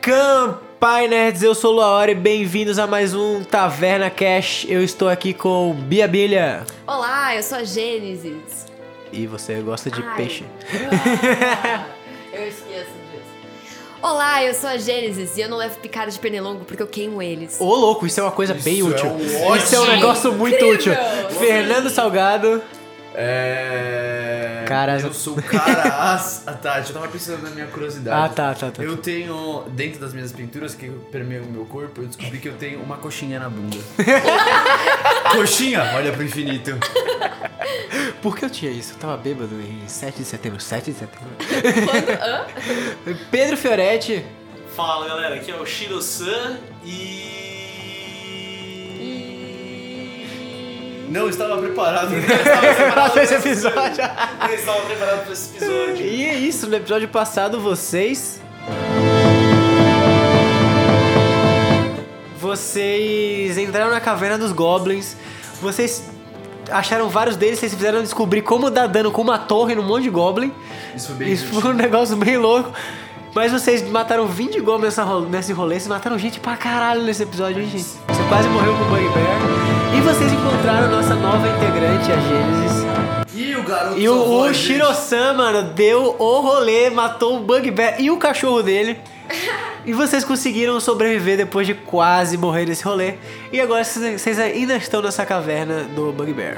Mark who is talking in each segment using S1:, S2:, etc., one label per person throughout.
S1: Campai Nerds, eu sou o Laori, bem-vindos a mais um Taverna Cash. Eu estou aqui com Bia Bilha.
S2: Olá, eu sou a Gênesis.
S1: E você gosta de
S2: Ai.
S1: peixe?
S2: eu esqueço disso. Olá, eu sou a Gênesis e eu não levo picada de pernilongo porque eu queimo eles.
S1: Ô louco, isso é uma coisa bem
S3: Isso é
S1: útil.
S3: um ótimo.
S1: isso é um negócio muito
S2: Incrível.
S1: útil.
S2: Sim.
S1: Fernando Salgado.
S3: É.
S1: Caras-
S3: Eu sou o cara. as- Ah, tá, eu tava pensando na minha curiosidade.
S1: Ah, tá, tá, tá.
S3: Eu tenho, dentro das minhas pinturas que permeiam o meu corpo, eu descobri que eu tenho uma coxinha na bunda. coxinha? Olha pro infinito.
S1: Por que eu tinha isso? Eu tava bêbado em 7 de setembro. 7 de setembro? Pedro Fioretti.
S4: Fala galera, aqui é o Shiro-san e.
S3: Não estava preparado. Não estava preparado
S1: Esse episódio.
S3: Não estava preparado pra esse episódio.
S1: E é isso, no episódio passado vocês. Vocês entraram na caverna dos goblins. Vocês acharam vários deles, vocês fizeram descobrir como dar dano com uma torre num monte de goblin.
S3: Isso foi bem
S1: Isso
S3: útil.
S1: foi um negócio bem louco. Mas vocês mataram 20 goblins nessa ro- nesse rolê, vocês mataram gente pra caralho nesse episódio, hein, gente? Você quase morreu com o Bug Bear. E vocês encontraram nossa nova integrante, a Gênesis.
S3: E o garoto
S1: E o,
S3: salvou a
S1: o
S3: gente.
S1: Shiro-san, mano, deu o rolê, matou o Bugbear e o cachorro dele. E vocês conseguiram sobreviver depois de quase morrer nesse rolê. E agora vocês vocês ainda estão nessa caverna do Bugbear.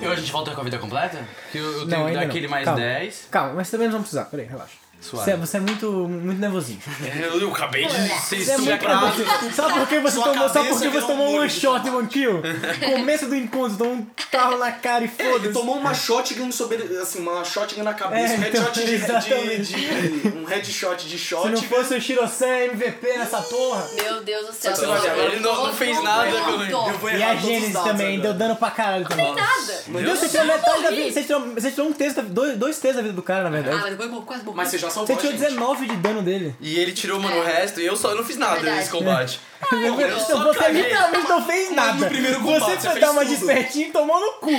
S4: E hoje a gente volta com a vida completa? Que eu, eu tenho que dar aquele mais 10.
S1: Calma, mas também não vamos precisar. Peraí, relaxa.
S3: Suave. Você é-
S1: muito, muito nervosinho.
S4: Eu, eu acabei de ser
S1: Você é muito
S4: estuprado.
S1: nervoso. Sabe por que você
S3: Sua
S1: tomou, sabe
S3: cabeça
S1: por que você
S3: virou
S1: tomou
S3: um
S1: um one
S3: molho.
S1: shot e one kill? Começo do encontro, tomou um talo na cara e
S5: Ele
S1: foda-se.
S5: tomou uma shotgun sobre. Assim, uma shotgun na cabeça,
S1: É,
S5: um
S1: então,
S5: headshot de-
S1: exatamente.
S5: de, de, Um headshot de
S1: Se
S5: shotgun.
S1: não fosse o Shiro-san MVP nessa porra.
S2: Meu Deus do céu.
S5: Só que você vai ver,
S4: ele não- não fez nada quando ele-
S2: Não
S5: vou
S1: E
S5: errar
S1: a
S5: todos os
S1: Gênesis
S5: dados
S1: também, deu
S5: agora.
S1: dano pra caralho também.
S2: nada.
S1: Meu Deus, você tirou metade da vida. Você tirou, você tirou um terço da, dois, dois terços da vida do cara, na
S2: Ah,
S1: verdade.
S2: mas depois quase morri.
S5: Mas você já salvou
S1: Você É.
S5: a
S1: tirou
S5: gente.
S1: 19 de dano dele.
S3: E ele tirou, mano, o resto e eu só eu não fiz nada
S2: Verdade.
S3: nesse combate.
S1: Então
S3: só
S1: você
S3: caguei.
S1: literalmente não fez nada.
S3: primeiro
S1: você
S3: combate,
S1: foi
S3: você fez
S1: dar uma
S3: tudo.
S1: despertinha e tomou no cu.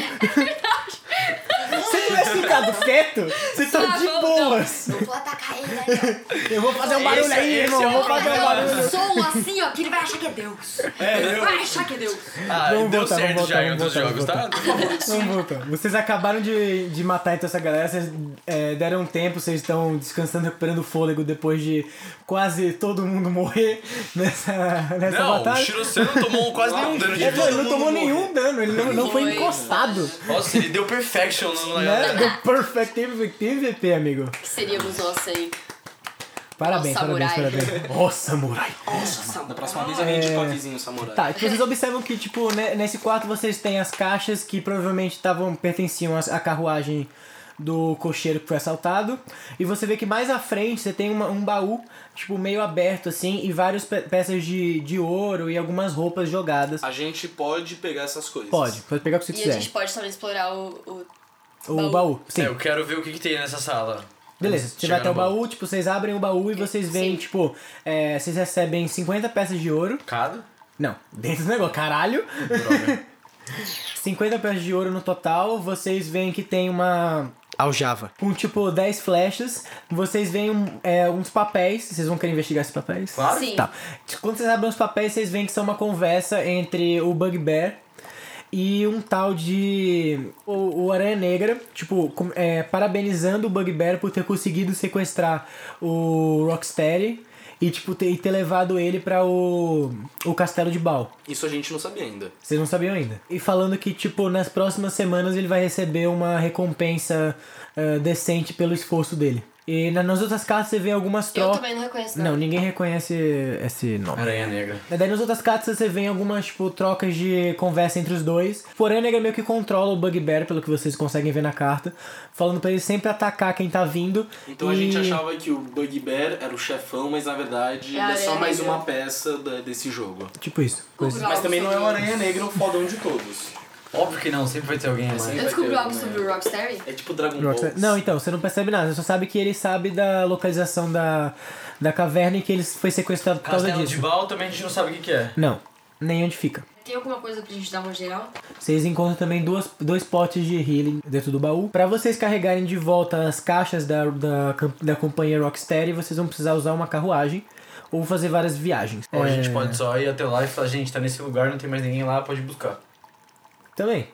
S1: Se tivesse ficado quieto, vocês estão tá de
S2: Travou,
S1: boas.
S2: Tá Não vou atacar ele. né?
S1: Eu vou fazer um barulho
S3: Esse-
S1: aí,
S3: esse
S1: irmão.
S3: é
S1: Eu
S3: o
S1: vou fazer um
S2: dar
S1: barulho.
S2: um som assim, ó, que ele vai achar que é Deus. Vai achar que é Deus.
S3: Ah,
S1: Vamos
S3: deu
S1: voltar,
S3: certo
S1: vamos
S3: já em
S1: voltar,
S3: outros
S1: vamos
S3: jogos,
S1: voltar,
S3: tá?
S1: Vamos voltar. Vocês acabaram de, de matar então essa galera, vocês é, deram um tempo, vocês estão descansando, recuperando o fôlego depois de quase todo mundo morrer nessa, nessa
S3: Não, o
S1: batalha.
S3: Shiro-san não tomou quase nenhum dano de
S1: É, pô,
S3: dano.
S1: ele não tomou nenhum dano, ele não, não foi,
S2: Foi,
S1: encostado.
S3: Nossa, ele deu perfection no na
S1: Né?
S3: galera.
S1: Do Perfect MVP, amigo.
S2: O que seríamos nós sem?
S1: Parabéns,
S2: Ó,
S1: parabéns,
S2: samurai.
S1: parabéns. Ó, samurai.
S4: Da próxima vez eu vim de coquezinho, samurai.
S1: Tá, e vocês observam que, tipo, né, nesse quarto vocês têm as caixas que provavelmente estavam pertenciam às- à carruagem do cocheiro que foi assaltado. E você vê que mais à frente você tem uma- um baú, tipo, meio aberto, assim, e várias pe- peças de, de ouro e algumas roupas jogadas.
S4: A gente pode pegar essas coisas.
S1: Pode, pode pegar o que você
S2: E a
S1: quiser.
S2: gente pode também explorar o. o-
S1: O
S2: baú.
S1: baú, sim.
S3: É, eu quero ver o que, que tem nessa sala.
S1: Beleza,
S3: Vamos
S1: você vai
S3: chegar
S1: até o
S3: no
S1: baú, tipo, vocês abrem o baú e vocês veem,
S2: Sim.
S1: tipo, é, vocês recebem 50 peças de ouro.
S3: Cada?
S1: Não, dentro do negócio, caralho. 50 peças de ouro no total, vocês veem que tem uma.
S3: Aljava.
S1: Um tipo 10 flechas, vocês veem um, é, uns papéis, vocês vão querer investigar esses papéis?
S3: Claro.
S2: Sim.
S1: Tá. Quando vocês abrem os papéis, vocês veem que são uma conversa entre o Bugbear e um tal de. O, o Aranha Negra, tipo, com- é, parabenizando o Bugbear por ter conseguido sequestrar o Rocksteady e, tipo, ter, e ter levado ele pra o, o Castelo de Bal.
S4: Isso a gente não sabia ainda.
S1: Vocês não sabiam ainda. E falando que, tipo, nas próximas semanas ele vai receber uma recompensa eh, decente pelo esforço dele. E na- nas outras cartas você vê algumas
S2: Eu
S1: trocas.
S2: também não reconheço
S1: Não,
S2: nada.
S1: ninguém reconhece esse nome.
S3: Aranha negra.
S1: E Daí nas outras cartas você vê algumas, tipo, trocas de conversa entre os dois. Porém, nega meio que controla o Bugbear, pelo que vocês conseguem ver na carta. Falando pra ele sempre atacar quem tá vindo.
S4: Então a
S1: e-
S4: gente achava que o Bugbear era o chefão, mas na verdade
S2: É a
S4: ele é só
S2: aranha
S4: mais
S2: negra.
S4: uma peça da- desse jogo.
S1: Tipo isso. Coisa.
S2: Mas
S5: Mas também não é uma aranha negra, é um fodão de todos.
S3: Óbvio que não, sempre vai ter alguém assim.
S6: Eu descobri algo sobre o Rocksteady?
S4: É tipo Dragon Ball.
S1: Rockstar- Não, então, você não percebe nada. Você só sabe que ele sabe da localização da, da caverna e que ele foi sequestrado por causa
S3: Castelo de
S1: disso.
S3: Bal também a gente não sabe o que, que é.
S1: Não, nem onde fica.
S6: Tem alguma coisa pra gente dar uma geral?
S1: Vocês encontram também duas, dois potes de healing dentro do baú. Pra vocês carregarem de volta as caixas da, da, cam- da companhia Rocksteady, vocês vão precisar usar uma carruagem ou fazer várias viagens.
S3: Ou a
S1: É,
S3: gente pode só ir até lá e falar, gente, tá nesse lugar, não tem mais ninguém lá, pode buscar.
S1: Também.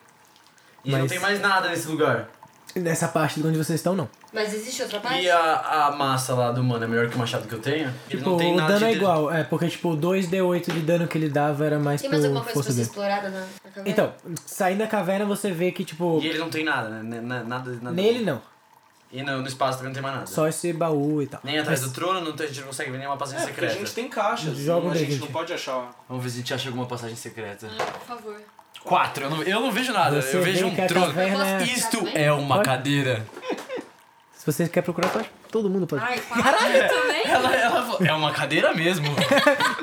S3: E não
S1: Mas-
S3: tem mais nada nesse lugar.
S1: Nessa parte de onde vocês estão, não.
S6: Mas existe outra parte?
S3: E a, a massa lá do mano é melhor que o machado que eu tenho? Ele
S1: Tipo,
S3: não tem
S1: o
S3: nada
S1: dano é
S3: de-
S1: igual, é, porque tipo, o 2d8 de dano que ele dava era mais
S6: Tem
S1: por
S6: mais alguma coisa
S1: força
S6: pra ser
S1: dele.
S6: explorada na, na caverna?
S1: Então, saindo da caverna você vê que, tipo,
S3: E ele não tem nada, né? N- na- Nada, nada.
S1: nele não,
S3: E no, no espaço também não tem mais nada.
S1: só esse baú e tal.
S3: Nem atrás do trono, não tem, a gente não consegue ver nenhuma passagem
S4: É, porque a
S3: secreta.
S4: gente tem caixas. então
S1: Joga um
S4: a gente
S1: D20.
S4: não pode achar.
S3: Vamos ver se a gente acha alguma passagem secreta.
S6: Ah, por favor.
S3: Quatro, eu não, eu não vejo nada,
S1: Você
S3: eu vejo
S1: vê que a
S3: um trono.
S1: caverna-
S3: Isto é uma
S1: Pode?
S3: cadeira.
S1: Se você quer procurar, pode. Todo mundo pode.
S6: Ai, caralho, também?
S3: Ela, ela falou, é uma cadeira mesmo.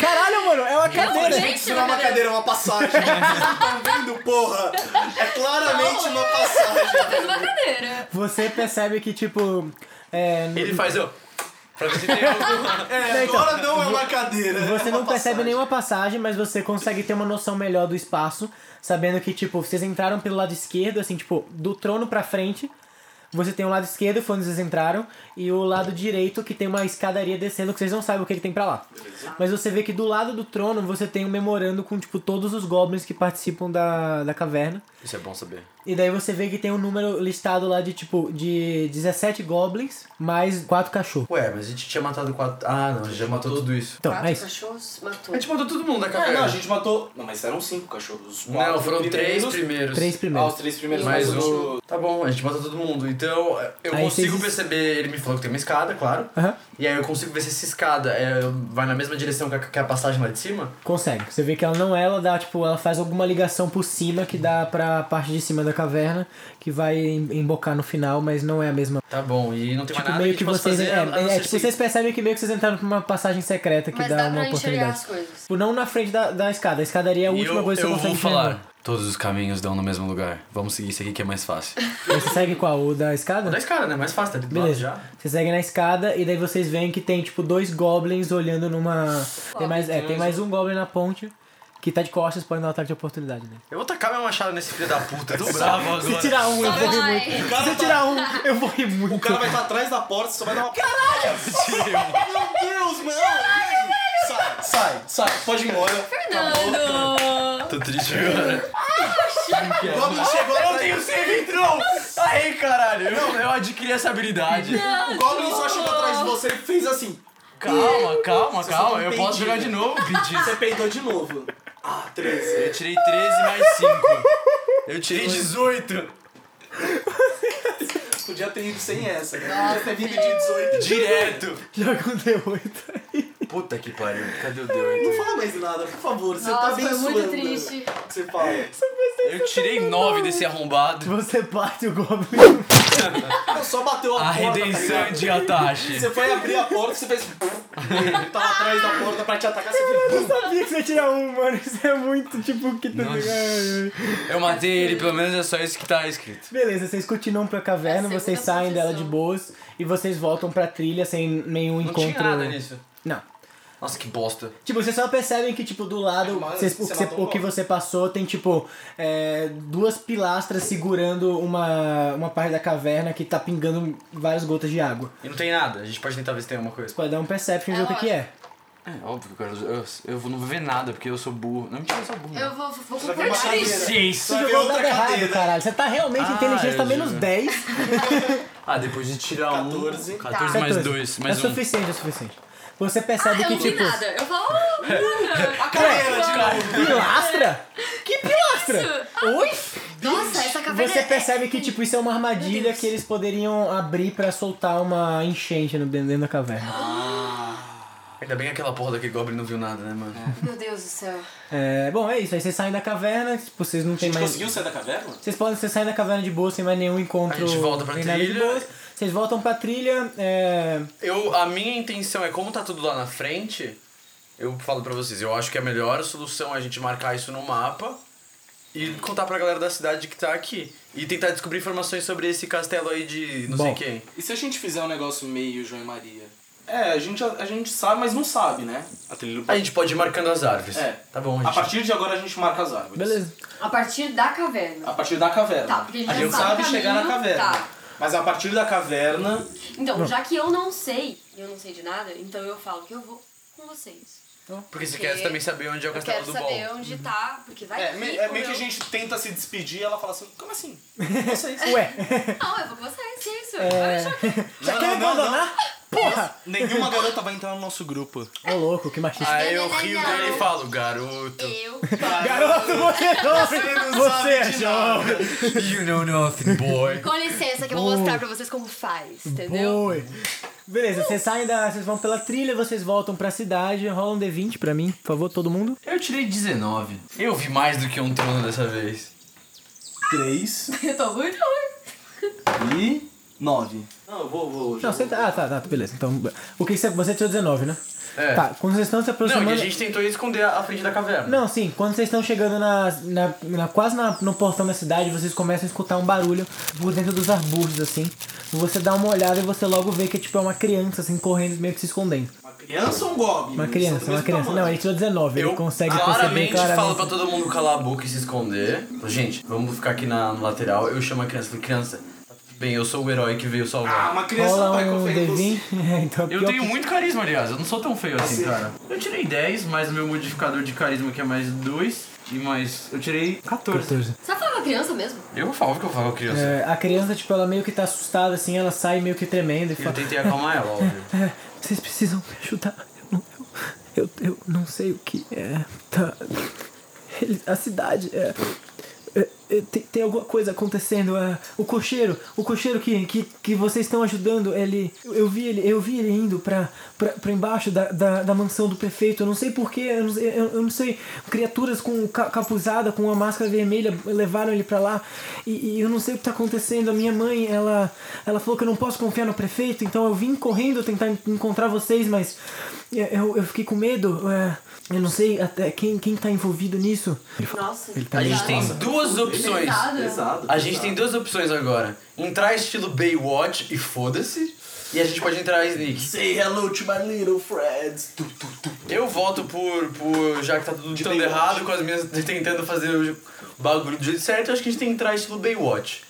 S1: Caralho, mano, é uma cadeira!
S6: Gente,
S4: Isso não é uma cadeira, é uma passagem. Vocês estão Tá vendo, porra? É claramente uma passagem.
S6: Fez uma cadeira.
S1: Você percebe que, tipo. É,
S3: Ele faz, ó. Pra ver se tem alguma.
S4: É,
S1: então,
S4: agora não é uma cadeira. é
S1: Você
S4: uma
S1: não percebe
S4: passagem.
S1: nenhuma passagem, mas você consegue ter uma noção melhor do espaço, sabendo que, tipo, vocês entraram pelo lado esquerdo, assim, tipo, do trono pra frente. Você tem o lado esquerdo, foi onde vocês entraram, e o lado direito, que tem uma escadaria descendo, que vocês não sabem o que, que tem pra lá. Mas você vê que do lado do trono você tem um memorando com, tipo, todos os goblins que participam da, da caverna.
S3: Isso é bom saber.
S1: E daí você vê que tem um número listado lá de, tipo, de 17 goblins, mais 4 cachorros.
S3: Ué, mas a gente tinha matado quatro. Ah, não, a gente já matou tudo isso.
S1: Então,
S6: Quatro
S1: é isso.
S6: cachorros matou.
S3: A gente matou todo mundo da
S4: É,
S3: caverna.
S4: não, a gente matou. Não, mas eram cinco cachorros. Os quatro
S3: Não, foram três
S4: primeiros.
S3: primeiros.
S1: Três
S4: Ah,
S1: primeiros.
S4: os três primeiros.
S3: Mais
S4: mas
S3: um. Tá bom, a gente matou todo mundo. Então, eu
S1: Aí
S3: consigo
S1: vocês-
S3: perceber. Ele me falou que tem uma escada, claro.
S1: Aham.
S3: E aí eu consigo ver se essa escada é, vai na mesma direção que a, que a passagem lá de cima.
S1: Consegue. Você vê que ela não é, ela dá, tipo, ela faz alguma ligação por cima que dá pra parte de cima da caverna, que vai em- embocar no final, mas não é a mesma.
S3: Tá bom, e não tem mais
S1: Tipo,
S3: nada
S1: meio
S3: a
S1: que
S3: gente possa
S1: vocês.
S3: fazer.
S1: é,
S3: a não
S1: é,
S3: ser
S1: tipo,
S3: se-
S1: vocês percebem que meio que vocês entraram pra uma passagem secreta que
S6: Mas
S1: dá,
S6: dá
S1: uma
S6: pra enxergar
S1: oportunidade.
S6: as coisas.
S1: Tipo, não na frente da, da escada. A escadaria é a
S3: E
S1: última
S3: eu,
S1: coisa que
S3: eu
S1: você
S3: vou
S1: consegue
S3: falar. Todos os caminhos dão no mesmo lugar. Vamos seguir isso aqui que é mais fácil.
S1: enxergar. Você segue qual? O da escada?
S3: Da escada, né? Mais fácil, tá ali do lado
S1: Beleza.
S3: já.
S1: Você segue na escada e daí vocês veem que tem, tipo, dois goblins olhando numa. Tem mais, é, tem mais um goblin na ponte que tá de costas, pode dar um ataque de oportunidade, né?
S3: Eu vou tacar meu machado nesse filho da puta. Tô bravo agora.
S1: Se tirar um, eu vou rir
S6: Ai.
S1: muito. Se eu tirar um, eu vou rir muito.
S4: O cara vai estar atrás da porta, só vai dar uma. Caralho! Meu Deus, mano! Sai, sai, sai, pode ir embora.
S6: Fernando!
S3: Tô triste agora.
S4: Goblin chegou,
S3: Eu tenho save entrou! Aí, caralho. Eu, eu adquiri essa habilidade.
S4: o Goblin só chegou atrás de você e fez assim.
S3: Calma, calma, calma. Eu
S4: entendi.
S3: posso jogar de novo, bitch.
S4: Você peidou de novo. Ah, 13.
S3: Eu tirei 13 mais 5. Eu tirei 18.
S4: Podia ter ido sem essa, cara. Podia ter vindo de 18.
S3: Direto.
S1: Joga um D8 aí.
S3: Puta que pariu. Cadê o
S4: Não
S3: D8?
S4: fala mais nada, por favor. Você tá
S6: Nossa,
S4: bem
S6: foi muito
S4: suando.
S6: triste.
S4: Você fala.
S3: Eu tirei 9 desse arrombado.
S1: Você bate o Goblin.
S4: Não, só bateu a,
S3: A
S4: porta. tá
S3: redenção
S4: ligado?
S3: de Atashi.
S4: Você foi abrir a porta e você fez. Ele tava atrás da porta pra te atacar, você
S1: Eu sabia que você ia tirar um, mano. Isso é muito tipo que tu.
S3: Nossa.
S1: Ai, ai.
S3: Eu matei ele, pelo menos é só isso que tá escrito.
S1: Beleza, vocês continuam pra caverna,
S6: É a segunda
S1: vocês saem
S6: posição.
S1: dela de boas e vocês voltam pra trilha sem nenhum
S3: Não
S1: encontro.
S3: tinha nada nisso.
S1: Não.
S3: Nossa, que bosta.
S1: Tipo, vocês só percebem que, tipo, do lado,
S4: Mas
S1: vocês- o,
S4: você
S1: que você,
S4: matou
S1: o que
S4: o
S1: você passou tem, tipo, é, duas pilastras segurando uma, uma parte da caverna que tá pingando várias gotas de água.
S3: E não tem nada. A gente pode tentar ver se tem alguma coisa.
S1: Pode dar um perception e ver
S6: É
S1: o que, que é.
S3: É óbvio, cara. Eu, eu, eu não vou ver nada, porque eu sou burro. Não, mentira, eu sou burro. né?
S6: Eu vou, vou
S4: vai ver
S6: comprar
S4: uma
S6: triste.
S1: Você
S4: Vai ver
S1: jogou
S4: outra
S1: dado errado,
S4: cadeira.
S1: caralho. Você tá realmente
S3: Ah,
S1: inteligente, tá
S3: eu
S1: menos
S3: juro.
S1: 10.
S3: Ah, depois de tirar
S4: 14.
S3: um... 14
S6: Tá.
S3: mais 2, mais
S1: é
S3: um.
S1: suficiente, é suficiente. Você
S6: Ah,
S1: percebe
S6: eu
S1: que,
S6: não vi
S1: tipo,
S6: nada. Eu falo, oh,
S4: A cadeira de novo.
S1: pilastra? Que pilastra? Oi?
S6: nossa, essa caverna
S1: Você
S6: é-
S1: percebe que, tipo, isso é uma
S6: Meu
S1: armadilha
S6: Deus.
S1: que eles poderiam abrir pra soltar uma enchente no dentro da caverna.
S3: Ainda bem que aquela porra daquele Goblin não viu nada, né, mano?
S6: Meu Deus do céu.
S1: É, bom, é isso. Aí vocês saem da caverna, tipo, vocês não
S4: A
S1: tem
S4: gente
S1: mais...
S4: conseguiu sair da caverna?
S1: Vocês podem vocês saem da caverna de boa, sem mais nenhum encontro.
S3: A gente volta pra
S1: nem nada de
S3: trilha.
S1: boa. Vocês voltam pra trilha, é...
S3: Eu, a minha intenção é, como tá tudo lá na frente, eu falo pra vocês, eu acho que a melhor solução é a gente marcar isso no mapa E contar pra galera da cidade que tá aqui. E tentar descobrir informações sobre esse castelo aí de não
S1: Bom.
S3: sei quem.
S7: E se a gente fizer um negócio meio João e Maria?
S4: É, a gente, a, gente sabe, mas não sabe, né?
S7: A trilha do
S3: A gente pode ir marcando as árvores.
S4: É.
S3: Tá bom,
S4: A
S3: gente.
S4: partir de agora a gente marca as árvores.
S1: Beleza.
S2: A partir da caverna.
S4: A partir da caverna.
S2: Tá, porque a gente
S4: a
S2: já
S4: gente
S2: sabe o
S4: sabe
S2: caminho,
S4: chegar na caverna.
S2: tá.
S4: Mas a partir da caverna.
S2: Então, já que eu não sei, e eu não sei de nada, então eu falo que eu vou com vocês.
S3: Porque você
S2: Porque
S3: quer também saber onde é o
S2: Eu
S3: castelo
S2: quero
S3: do Bol.
S2: saber onde tá, porque vai
S4: É,
S2: que
S4: me- é
S2: o
S4: meio que
S2: meu-
S4: a gente tenta se despedir e ela fala assim: como assim?
S1: Ué,
S2: Não, eu vou com vocês, é isso.
S6: É.
S2: Vai achar que-
S1: já quer me abandonar? Porra!
S4: Nenhuma garota vai entrar no nosso grupo.
S1: Ô louco, que machista.
S3: Aí eu
S2: Não, não,
S3: rio
S2: não.
S3: dele e falo, garoto.
S2: Eu.
S1: Garoto, você é não! Você é jovem!
S3: You know nothing, boy.
S2: Com licença, que eu vou mostrar pra vocês como faz, entendeu?
S1: Oi. Beleza, vocês saem da. Vocês vão pela trilha, vocês voltam pra cidade. Rola um D20 pra mim, por favor, todo mundo.
S3: Eu tirei 19. Eu vi mais do que um trono dessa vez.
S4: Três
S2: Eu tô muito ruim.
S4: e nove. Não, eu vou, vou.
S1: Não, você tá. Ah, tá, tá, beleza. Então. O que você. Você tirou 19, né?
S3: É.
S1: Tá, quando vocês estão se
S3: Não,
S1: aproximando.
S3: e a gente tentou esconder a a frente da caverna.
S1: Não, sim, quando vocês estão chegando na, na, na- quase na- no portão da cidade, vocês começam a escutar um barulho por dentro dos arbustos, assim. Você dá uma olhada e você logo vê que tipo, é uma criança, assim, correndo, meio que se escondendo.
S4: Uma criança ou um goblin?
S3: Hum,
S1: Uma
S4: Eles
S1: criança,
S4: são do
S1: uma
S4: mesmo
S1: criança.
S4: tamanho.
S1: Não, ele tirou 19, ele
S3: Eu
S1: consegue perceber
S3: claramente falo
S1: claramente.
S3: pra todo mundo calar a boca e se esconder. Gente, vamos ficar aqui na no lateral. Eu chamo a criança falei, criança. tá tudo Bem, eu sou o herói que veio
S4: Ah,
S3: salvar.
S4: uma criança não
S1: Rola
S4: vai
S1: um
S4: confiar em você.
S1: D20. É, então,
S3: tá eu
S1: pior
S3: tenho muito carisma, aliás. Eu não sou tão feio assim, cara. Eu tirei 10, mais o meu modificador de carisma que é mais 2. E mais. Eu tirei 14.
S1: 14.
S2: Sabe falar com a criança mesmo?
S3: Eu falo que eu falo criança.
S1: É, a criança, tipo, ela meio que tá assustada, assim, ela sai meio que tremendo e
S3: Eu
S1: fala:
S3: tentei acalmar ela, óbvio.
S1: "É, Vocês precisam me ajudar. Eu não, eu, eu, eu não sei o que é. Tá. Ele- a cidade é. é, é, tem, tem alguma coisa acontecendo. é, o cocheiro, o cocheiro que, que, que vocês estão ajudando, ele. Eu, eu vi ele, eu vi ele indo pra, pra, pra embaixo da, da, da mansão do prefeito. Eu não sei porquê, eu, não sei- eu, eu não sei. Criaturas com ca, capuzada, com uma máscara vermelha, levaram ele pra lá. E, e eu não sei o que tá acontecendo. A minha mãe, ela. Ela falou que eu não posso confiar no prefeito, então eu vim correndo tentar en- encontrar vocês, mas. é, Eu, eu fiquei com medo. é, eu não sei até quem, quem tá envolvido nisso.
S2: Nossa.
S6: tá
S3: A gente tem duas opções.
S4: Pesado.
S3: A gente tem duas opções agora. Entrar estilo Baywatch e foda-se. E a gente pode entrar Sneak.
S4: Say hello to my little friends. Tu, tu, tu.
S3: Eu voto por, por já que tá tudo tão
S4: Baywatch.
S3: errado, com as minhas tentando fazer o bagulho do jeito certo, eu acho que a gente tem que entrar estilo Baywatch.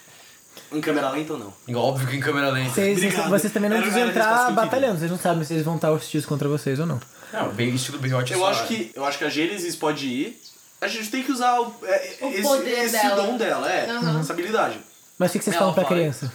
S4: Em câmera lenta ou não?
S3: Óbvio que em câmera lenta.
S1: Vocês,
S4: Obrigado.
S1: vocês também não
S4: Era-
S1: precisam
S4: era a resposta
S1: entrar
S4: que eu queria.
S1: batalhando, vocês não sabem se eles vão estar hostis contra vocês ou não.
S3: Não, bem estilo Baywatch é
S4: Eu
S3: só-
S4: acho que, eu acho que a Gênesis pode ir. A gente tem que usar o, é,
S2: O
S4: esse,
S2: poder
S4: esse
S2: dela.
S4: dom dela, é.
S2: Uhum.
S4: Essa habilidade.
S1: Mas o que que vocês
S3: Ela
S1: falam pra
S3: vai.
S1: criança?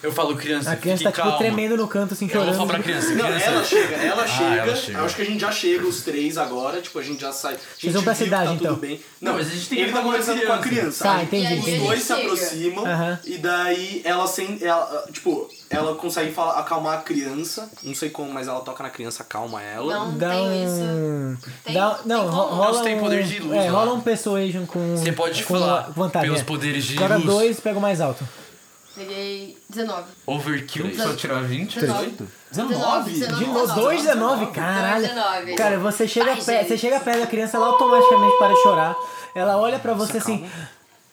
S3: Eu falo criança,
S1: A criança tá
S3: fique
S1: tipo
S3: calma.
S1: tremendo no canto, assim,
S3: Eu vou
S1: chorando.
S3: falar pra criança,
S4: Não,
S3: criança. Ah,
S4: ela chega, ela, chega,
S3: ela chega.
S4: Eu acho que a gente já chega, os três agora. Tipo, a gente já sai. A gente
S1: vão pra
S4: viu que
S1: cidade,
S4: tá
S1: então.
S4: Tudo bem.
S3: Não, mas a gente tem que
S4: ele tá
S3: falar com a
S4: conversando com a criança.
S1: Tá,
S4: Aí
S1: entendi,
S2: E aí
S4: Os
S2: ele
S1: entendi.
S4: dois se
S2: chega.
S4: aproximam
S1: Aham.
S4: e daí ela sem. Ela, ah, tipo, ela consegue falar, acalmar a criança. Não sei como, mas ela toca na criança, acalma ela.
S2: Não
S1: Dá
S2: tem isso.
S1: um.
S2: Tem-
S1: Dá,
S2: tem
S1: não,
S2: como?
S1: ro- rola.
S3: Nossa, tem
S1: um-
S3: poder de luz
S1: É,
S3: lá.
S1: rola um persuasion com.
S3: Você pode
S1: com
S3: falar
S1: vantagem.
S3: pelos
S1: é.
S3: poderes de
S1: Joga
S3: luz.
S1: dois, pega o mais alto.
S2: Peguei 19.
S3: Overkill, só tirar é 20.
S2: 19.
S4: 19?
S1: De novo,
S2: 19.
S1: 2, 19, é caralho.
S2: 19.
S1: Cara, você chega,
S2: Ai,
S1: perto, você
S2: gente.
S1: chega perto da criança, ela automaticamente para de chorar. Ela olha pra você assim.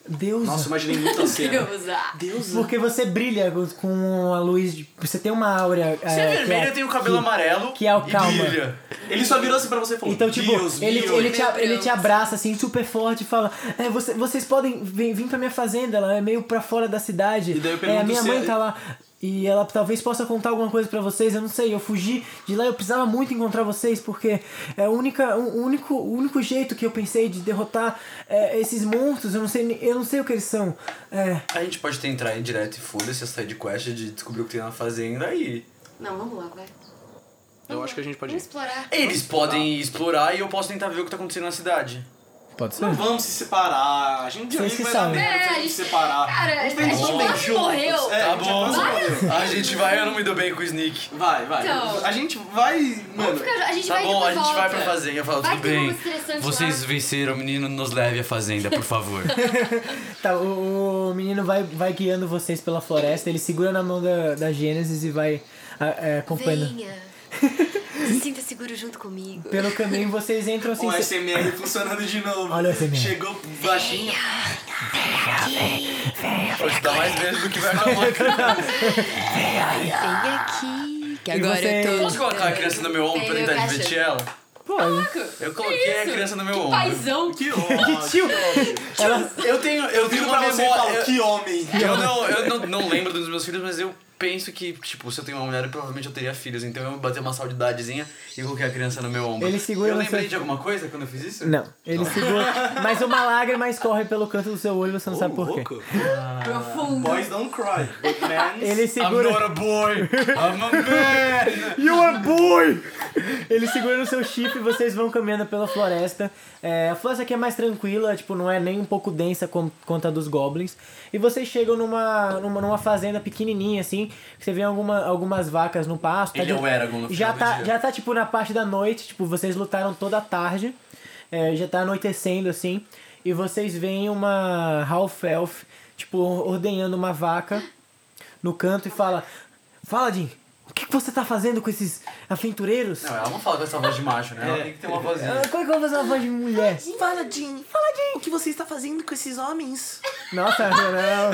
S1: Deus,
S4: Nossa, imaginei muita cena.
S2: Deus, ah.
S1: porque você brilha com a luz. de- você tem uma áurea.
S3: Você é vermelha,
S1: que
S3: tem o cabelo amarelo.
S1: que é o
S3: e
S1: calma.
S3: brilha.
S4: Ele só virou-se pra você e falou:
S1: Então, tipo,
S4: Deus,
S1: ele,
S4: meu
S1: ele, te,
S2: Deus.
S1: ele te abraça assim, super forte, e fala: é, você- vocês podem vir, vir pra minha fazenda, ela é meio pra fora da cidade.
S4: daí eu
S1: é, a
S4: pergunto
S1: minha
S4: se
S1: mãe
S4: é-
S1: tá lá. E ela talvez possa contar alguma coisa pra vocês, eu não sei, eu fugi de lá, eu precisava muito encontrar vocês, porque é a única, o único, o único jeito que eu pensei de derrotar é, esses monstros, eu não sei, nem- eu não sei o que eles são. É,
S3: A gente pode tentar ir direto e foda-se a side quest de descobrir o que tem na fazenda e.
S2: Não, vamos lá, vai.
S4: Eu acho que a gente pode ir.
S2: Vamos explorar.
S3: Eles podem explorar e eu posso tentar ver o que tá acontecendo na cidade.
S1: pode ser.
S4: Não vamos se separar. A gente já
S1: Vocês
S4: nem
S1: que
S4: vai
S1: sabem.
S4: dar merda
S2: É,
S4: se
S2: a
S4: a gente
S2: gente-
S4: se separar.
S2: Cara,
S4: a gente tem
S2: a gente
S4: que
S2: quase
S4: juntos.
S2: morreu.
S4: É,
S3: Tá
S4: a gente já
S3: bom.
S4: quase morreu.
S3: A gente vai, eu não me dou bem com o Sneak.
S4: Vai, vai.
S2: Então.
S4: A gente vai. Mano.
S2: Fica- A gente
S3: Tá
S2: vai
S3: bom,
S2: de
S3: a gente vai pra
S2: volta.
S3: fazenda. Eu falo,
S2: Vai
S3: tudo
S2: que tem
S3: bem.
S2: uma estressante
S3: Vocês
S2: lá.
S3: venceram, menino, nos leve à fazenda, por favor.
S1: Tá, o, o menino vai, vai guiando vocês pela floresta, ele segura na mão da, da Gênesis e vai a- é, acompanhando.
S2: Venha.
S6: Se sinta seguro junto comigo.
S1: Pelo caminho vocês entram assim.
S4: O SMR funcionando de novo.
S1: Olha o SMR.
S4: Chegou baixinho.
S8: Hoje dá mais medo do que vai acabar.
S6: Vem aqui, que
S1: Ah. E
S6: agora
S1: você-
S6: eu tô...
S8: Posso colocar a criança no meu ombro pra
S6: Tem meu
S8: tentar
S6: cachorro.
S8: divertir ela?
S1: Pode.
S8: Eu coloquei a criança no meu ombro.
S2: Paizão.
S8: Que ódio.
S1: Tio!
S8: Eu tenho, eu tenho
S4: Vira
S8: uma
S4: pra você e fala,
S8: memória.
S4: que homem.
S8: Eu não, eu não, não lembro dos meus filhos, mas eu penso que, tipo, se eu tenho uma mulher, eu provavelmente eu teria filhos. Então eu bati uma saudadezinha e coloquei a criança no meu ombro.
S1: Ele segura
S8: eu
S1: você-
S8: lembrei de alguma coisa quando eu fiz isso?
S1: Não, ele segura. Mas uma lágrima escorre pelo canto do seu olho, você não sabe por quê.
S2: Profundo.
S4: Boys don't cry. But men...
S1: Ele
S8: I'm
S1: segura.
S8: not a boy, I'm a man.
S1: You are boy! Ele segura no seu chip e vocês vão caminhando pela floresta. É, a floresta aqui é mais tranquila, tipo, não é nem um pouco densa com, quanto a dos goblins. E vocês chegam numa, numa, numa fazenda pequenininha, assim, que você vê alguma, algumas vacas no pasto. tá
S8: Ele é o Eragon no final
S1: já
S8: do
S1: tá,
S8: dia.
S1: já tá, tipo, na parte da noite, tipo, vocês lutaram toda a tarde. é, já tá anoitecendo, assim. E vocês veem uma half-elf, tipo, ordenhando uma vaca no canto e fala... Fala, Jim! O que, que você tá fazendo com esses aventureiros?
S8: Não, ela não fala com essa voz de macho, né? Ela tem que ter uma vozinha.
S1: Ah, Como é que eu vou fazer uma voz de mulher?
S9: Fala, Jim. Fala, Jim. O que você está fazendo com esses homens?
S1: Nossa, não.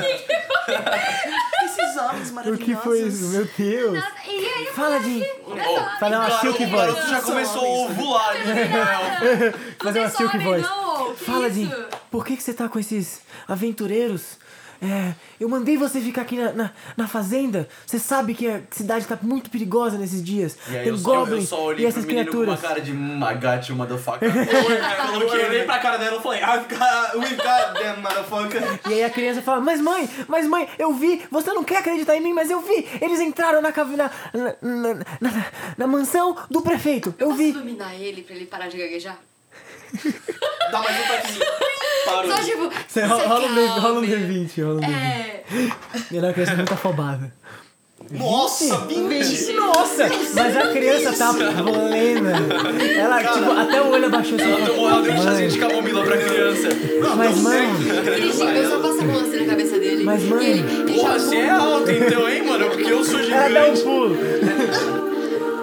S9: Esses homens
S1: O
S9: maravilhosos.
S1: que foi isso? Meu Deus.
S2: E aí,
S1: Fala, Jim.
S8: Oh,
S1: Fazer uma
S8: claro,
S1: silk
S8: o
S1: voice.
S8: garoto já começou a ovular. né?
S1: Fazer uma silk
S2: homem
S1: voice.
S2: não! Que
S1: Fala,
S2: isso?
S1: Jim. Por que, que você tá com esses aventureiros? É, eu mandei você ficar aqui na, na, na fazenda. Você sabe que a cidade tá muito perigosa nesses dias.
S8: E aí
S1: Tem
S8: eu, eu, eu
S1: goblin
S8: só
S1: e
S8: olhei pro
S1: essas
S8: menino com uma
S1: criaturas.
S8: cara de "Hum, I got you, motherfucker.
S4: Eu
S1: né?
S4: olhei pra cara dela e falei, I've got, we've got them, motherfucker.
S1: E aí a criança fala, mas mãe, mas mãe, eu vi, você não quer acreditar em mim, mas eu vi. Eles entraram na cave- na, na, na, na- na mansão do prefeito. Eu
S2: Posso
S1: vi.
S2: iluminar ele pra ele parar de gaguejar?
S4: Dá mais um toquezinho. Parou.
S2: Só tipo.
S1: Você ro- rola, um D,
S2: calma.
S1: rola um D20, rola um D20.
S2: É.
S1: Ele é uma criança muito afobada.
S4: Nossa, bem
S1: Nossa! Mas a criança tá plena. Ela, tipo, até o olho abaixou assim.
S8: Ela tomou, ela deu um chazinho de
S1: Mãe,
S8: camomila pra criança.
S1: mas mãe,
S2: Ele chega, eu só passo a mão assim na cabeça dele.
S1: Mas, mãe,
S2: E ele. ele
S8: Porra,
S2: joga
S8: você é alto então, hein, mano? Porque eu sou
S1: ela dá um
S8: gigante.
S1: pulo.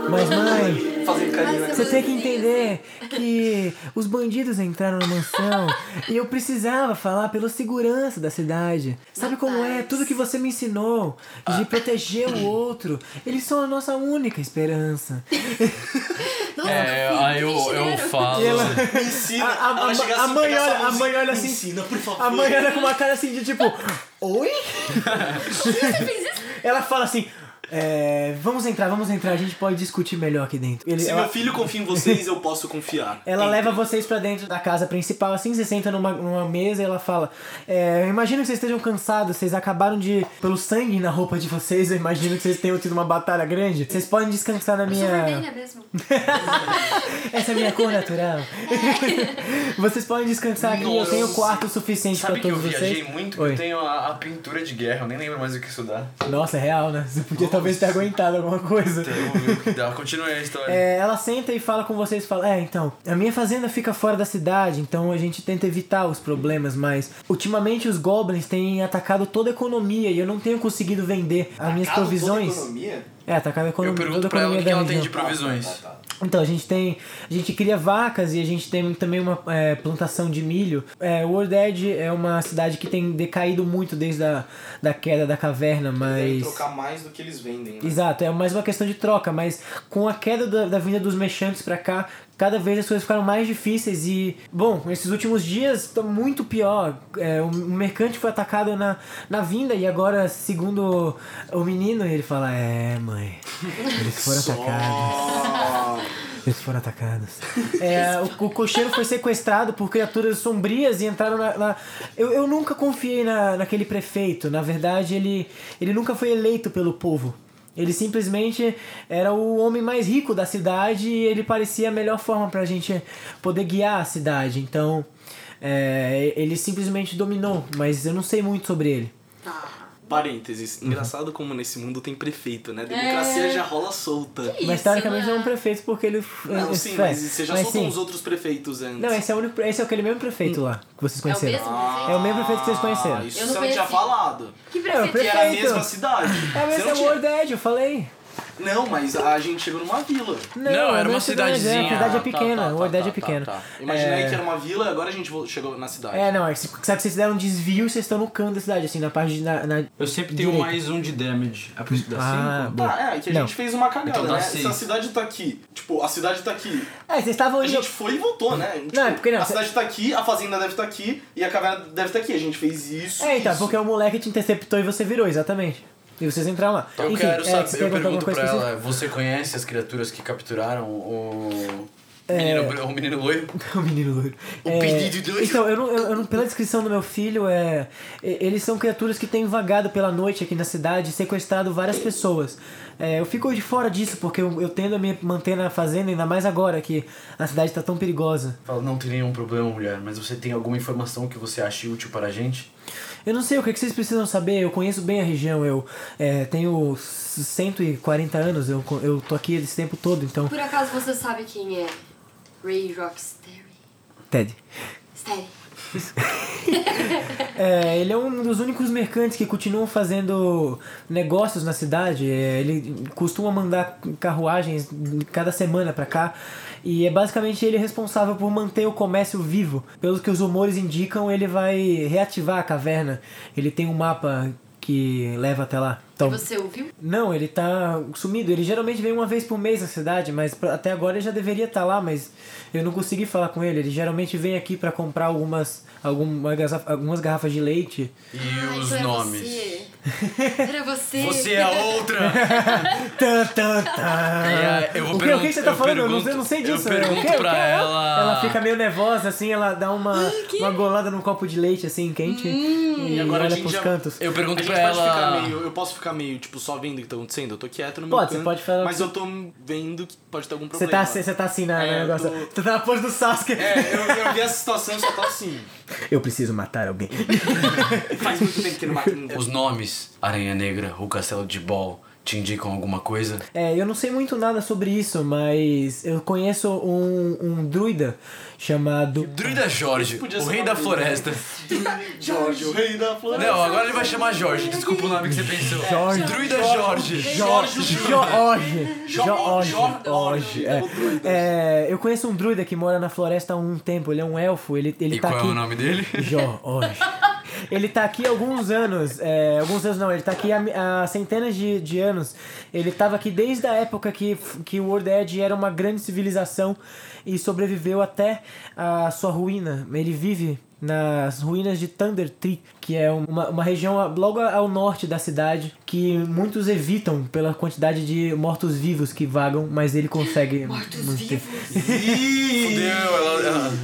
S1: Mas mãe,
S4: Fazer carinho.
S8: né?
S2: essa
S1: Você tem que
S2: mãozinha,
S1: entender que os bandidos entraram na mansão e eu precisava falar pela segurança da cidade. Sabe como é? Tudo que você me ensinou de proteger o outro. Eles são a nossa única esperança.
S2: assim. Nossa,
S3: É, aí eu, eu falo.
S4: Ensina.
S1: A- a-
S4: Ela
S1: a-
S4: chega
S1: a
S4: assim,
S1: mãe
S4: pega essa
S1: olha- a
S4: mãozinha,
S1: mãe olha assim,
S4: Ensina, por favor.
S1: A mãe olha com uma cara assim de tipo, oi? Ela fala assim. "É, vamos entrar, vamos entrar, a gente pode discutir melhor aqui dentro. Ele-
S4: Se
S1: ela-
S4: meu filho confia em vocês, eu posso confiar.
S1: Ela leva vocês pra dentro da casa principal, assim, você senta numa, numa mesa e ela fala: é, Eu imagino que vocês estejam cansados, vocês acabaram de. pelo sangue na roupa de vocês, eu imagino que vocês tenham tido uma batalha grande. Vocês podem descansar na
S2: Sou
S1: minha.
S2: vermelha mesmo.
S1: Essa é a minha cor natural. vocês podem descansar aqui, eu
S8: É. Nossa.
S1: tenho quarto suficiente pra
S8: Sabe que eu
S1: todos
S8: viajei
S1: vocês.
S8: muito? que
S1: Oi.
S8: Eu tenho a, a pintura de guerra, eu nem lembro mais o que isso dá.
S1: Nossa, é real, né? Você podia talvez ter aguentado alguma coisa.
S8: Então, eu vi o que dá. Continue a história.
S1: É, ela senta e fala com vocês, fala, é, então, a minha fazenda fica fora da cidade, então a gente tenta evitar os problemas, mas ultimamente os goblins têm atacado toda a economia e eu não tenho conseguido vender as minhas provisões. É, atacado a economia.
S8: eu pergunto
S1: toda a
S8: pra ela o
S1: economia
S8: que ela
S1: da
S8: tem de
S1: região.
S8: provisões.
S1: Então, a gente tem. A gente cria vacas e a gente tem também uma é, plantação de milho. É, World Edge é uma cidade que tem decaído muito desde a da queda da caverna, mas.
S4: mais do que eles vendem. né?
S1: Exato, é mais uma questão de troca, mas com a queda da, da vinda dos mexantes pra cá, cada vez as coisas ficaram mais difíceis e, bom, esses últimos dias tá muito pior. É, o, o mercante foi atacado na, na vinda e agora, segundo o menino, ele fala: É, mãe, eles foram atacados. Eles foram atacados. É, o, o cocheiro foi sequestrado por criaturas sombrias e entraram na. na- Eu, eu nunca confiei na, naquele prefeito. Na verdade, ele, ele nunca foi eleito pelo povo. Ele simplesmente era o homem mais rico da cidade e ele parecia a melhor forma pra gente poder guiar a cidade. Então, é, ele simplesmente dominou, mas eu não sei muito sobre ele.
S4: Parênteses.
S1: Uhum.
S4: Engraçado como nesse mundo tem prefeito, né? Democracia já rola solta.
S1: mas
S2: É. Isso,
S1: teoricamente
S2: né?
S1: não é um prefeito porque ele.
S4: Não,
S1: é,
S4: sim,
S1: é,
S4: mas você já
S1: mas
S4: soltou
S1: sim.
S4: uns outros Hum. prefeitos antes.
S1: Não, esse é, o único, esse é aquele mesmo prefeito lá que vocês
S2: É o
S1: conheceram.
S2: mesmo?
S1: É
S10: Ah,
S1: o mesmo prefeito que vocês conheceram.
S4: Ah, isso
S2: Eu não
S4: você não tinha
S2: conheci.
S4: falado.
S2: Que
S1: É, o
S2: prefeito?
S4: Que era a
S1: Prefeito.
S4: mesma cidade.
S1: É, mas
S4: Você
S1: esse
S4: não
S1: é o
S4: tinha-
S1: World Edge, eu falei.
S10: Não, mas a gente chegou numa vila.
S3: Não, era uma
S1: é cidade grande,
S3: cidadezinha.
S1: A cidade é
S3: Tá,
S1: pequena,
S3: tá, tá,
S1: a cidade é
S3: tá, tá,
S1: pequena.
S3: tá.
S10: Imaginei
S1: É.
S10: que era uma vila, agora a gente vo- chegou na cidade.
S1: É, não, é que- sabe que vocês deram um desvio e vocês estão no canto da cidade, assim, na parte de. Na, na-
S11: Eu sempre tenho
S1: Direito.
S11: mais um de damage. É por isso que dá
S1: Ah,
S11: cinco.
S1: boa.
S10: Ah, é, que a
S1: Não.
S10: gente fez uma cagada,
S11: Então dá
S10: né?
S11: seis.
S10: Se a cidade tá aqui, tipo, a cidade tá aqui,
S1: É, vocês estavam
S10: a
S1: indo.
S10: gente foi e voltou, né? Tipo,
S1: Não, é porque não,
S10: A
S1: cê-
S10: cidade tá aqui, a fazenda deve estar tá aqui e a caverna deve estar tá aqui. A gente fez isso.
S1: É, então,
S10: isso.
S1: porque o moleque te interceptou e você virou, exatamente. E vocês entraram lá.
S3: Eu
S1: Enfim,
S3: quero
S1: é,
S3: saber,
S1: você
S3: eu
S1: perguntou
S3: pergunto
S1: alguma coisa
S3: pra
S1: que
S3: ela, você conhece as criaturas que capturaram o...
S1: É.
S3: Menino, br- o menino loiro?
S1: O menino loiro.
S3: O pedido doido.
S1: Então, eu não, eu, eu não- pela descrição do meu filho, é, e- eles são criaturas que têm vagado pela noite aqui na cidade, sequestrado várias pessoas. É, eu fico de fora disso, porque eu, eu tendo a me manter na fazenda, ainda mais agora que a cidade tá tão perigosa.
S3: Fala, não tem nenhum problema, mulher, mas você tem alguma informação que você ache útil para a gente?
S1: Eu não sei o que, que vocês precisam saber, eu conheço bem a região, eu é, tenho 140 anos, eu, co- eu tô aqui esse tempo todo, então.
S2: Por acaso você sabe quem é Ray Rocksteady?
S1: Ted.
S2: Steady.
S1: É, ele é um dos únicos mercantes que continuam fazendo negócios na cidade. É, ele costuma mandar carruagens cada semana pra cá. E é basicamente ele responsável por manter o comércio vivo. Pelo que os rumores indicam, ele vai reativar a caverna. Ele tem um mapa que leva até lá. Então,
S2: Você ouviu?
S1: não, ele tá sumido. Ele geralmente vem uma vez por mês na cidade, mas pra- até agora ele já deveria estar lá, mas eu não consegui falar com ele. Ele geralmente vem aqui pra comprar algumas, algumas, algumas garrafas de leite.
S3: E
S2: Ah,
S3: os
S2: então era
S3: nomes?
S2: Você. Era você.
S3: Você é a outra!
S1: Tan, tan, tan.
S3: É, eu vou
S1: o, que, o que
S3: pergun-
S1: você tá
S3: eu
S1: falando? eu, não,
S3: pergunto-
S1: sei- eu não sei
S3: eu
S1: disso.
S3: pergunto
S1: o que,
S3: pra
S1: o que é?
S3: ela-
S1: Ela fica meio nervosa, assim, ela dá uma, uma golada num copo de leite, assim, quente. e
S10: agora a
S1: olha
S10: gente
S1: pros
S10: já-
S1: cantos.
S3: Eu pergunto
S10: A gente
S3: pra
S10: pode ficar
S3: ela...
S10: meio. Eu posso ficar meio, tipo, só vendo o que tá acontecendo? Eu tô quieto no meu
S1: Pode, você
S10: canto,
S1: pode falar-
S10: Mas eu tô vendo que pode ter algum
S1: Você
S10: problema.
S1: tá, você tá assim na,
S10: É,
S1: na
S10: eu
S1: negócio.
S10: tô-
S1: Você tá na pose do Sasuke.
S10: É, eu, eu vi essa situação e só tô assim.
S1: Eu preciso matar alguém.
S10: Faz muito tempo que não mata ninguém.
S3: Os nomes, Aranha Negra, o Castelo de Bol, te indicam alguma coisa?
S1: É, eu não sei muito nada sobre isso, mas eu conheço um, um druida chamado.
S3: Druida Jorge,
S10: Podia
S3: o
S10: ser
S3: rei
S10: uma
S3: da
S10: coisa.
S3: floresta.
S10: Jorge, o rei da floresta.
S3: Não, agora ele vai chamar Jorge, desculpa o nome que você pensou.
S1: Jorge.
S3: Druida Jorge.
S1: Jorge. Jorge. Jorge.
S10: Jorge.
S1: É. É, eu conheço um druida que mora na floresta há um tempo, ele é um elfo, ele, ele
S3: E
S1: tá
S3: qual é
S1: aqui.
S3: o nome dele?
S1: Jorge. Ele tá aqui há alguns anos, é, alguns anos não, ele tá aqui há, mi- há centenas de, de anos. Ele tava aqui desde a época que, f- que o World Edge era uma grande civilização e sobreviveu até a sua ruína. Ele vive nas ruínas de Thunder Tree, que é uma, uma região a- logo ao norte da cidade que muitos evitam pela quantidade de mortos-vivos que vagam, mas ele consegue manter.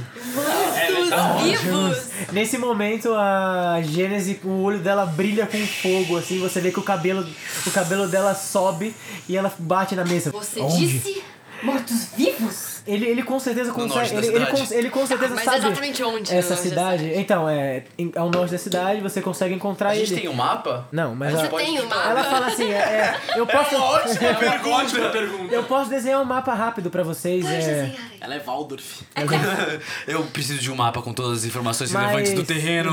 S6: Os vivos!
S1: Nesse momento, a Gênese, o olho dela brilha com fogo, assim, você vê que o cabelo, o cabelo dela sobe e ela bate na mesa.
S2: Você
S1: Onde?
S2: disse mortos-vivos?
S1: Ele, ele com certeza
S3: norte
S1: consegue.
S3: da
S1: Ele, ele,
S3: cidade.
S1: com, ele com certeza
S6: Ah, Mas é
S1: sabe
S6: exatamente onde?
S1: essa
S6: Onde é
S1: cidade. Então, é em- ao norte da cidade, você consegue encontrar
S3: A
S1: ele.
S3: gente tem um mapa?
S1: Não, mas
S6: Você
S1: ela,
S6: tem
S2: um-
S6: uma.
S1: ela fala assim, é, é, eu posso.
S3: É
S10: Ótima pergunta.
S1: eu posso desenhar um mapa rápido pra vocês.
S6: Pode
S1: é,
S2: assim,
S6: desenhar aí.
S10: Ela é Waldorf.
S3: Eu preciso de um mapa com todas as informações
S1: Mas-
S3: relevantes do terreno.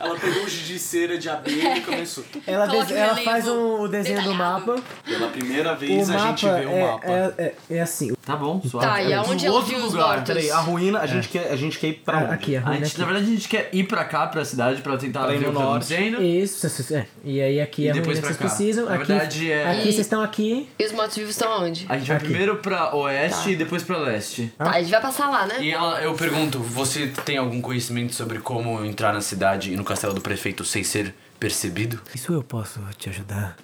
S10: Ela pegou o giz de cera de abelha e começou.
S1: ela
S6: Coloque
S1: dese-
S6: um
S1: ela
S6: relevo
S1: faz um, o desenho do
S6: detalhado.
S1: mapa.
S10: Pela primeira
S1: O
S10: vez a
S1: mapa,
S10: gente vê o
S1: é-
S10: mapa.
S1: é- é- é assim.
S11: Tá bom, suave.
S6: Tá, e aonde
S11: Do
S6: ela
S11: outro
S6: viu os
S11: lugar,
S6: mortos?
S10: Peraí, a ruína, a gente, quer, a gente quer ir pra onde?
S1: É. Aqui, a
S11: A
S1: ruína
S11: gente,
S1: aqui.
S11: na verdade, a gente quer ir pra cá, pra cidade, pra tentar
S10: Pra ir
S11: ver
S10: no
S11: o que tá
S10: norte.
S11: acontecendo.
S1: Isso, isso, é. e aí aqui
S11: E
S1: é a
S11: depois
S1: ruína que
S11: pra
S1: vocês
S11: cá.
S1: precisam.
S11: Na
S1: aqui,
S11: verdade, é-
S1: aqui vocês estão aqui.
S6: E os mortos-vivos estão onde?
S11: A gente vai primeiro pra oeste e depois pra leste.
S6: Tá, a gente vai passar lá, né?
S3: E ela, eu pergunto, você tem algum conhecimento sobre como entrar na cidade e no castelo do prefeito sem ser percebido?
S1: Isso eu posso te ajudar.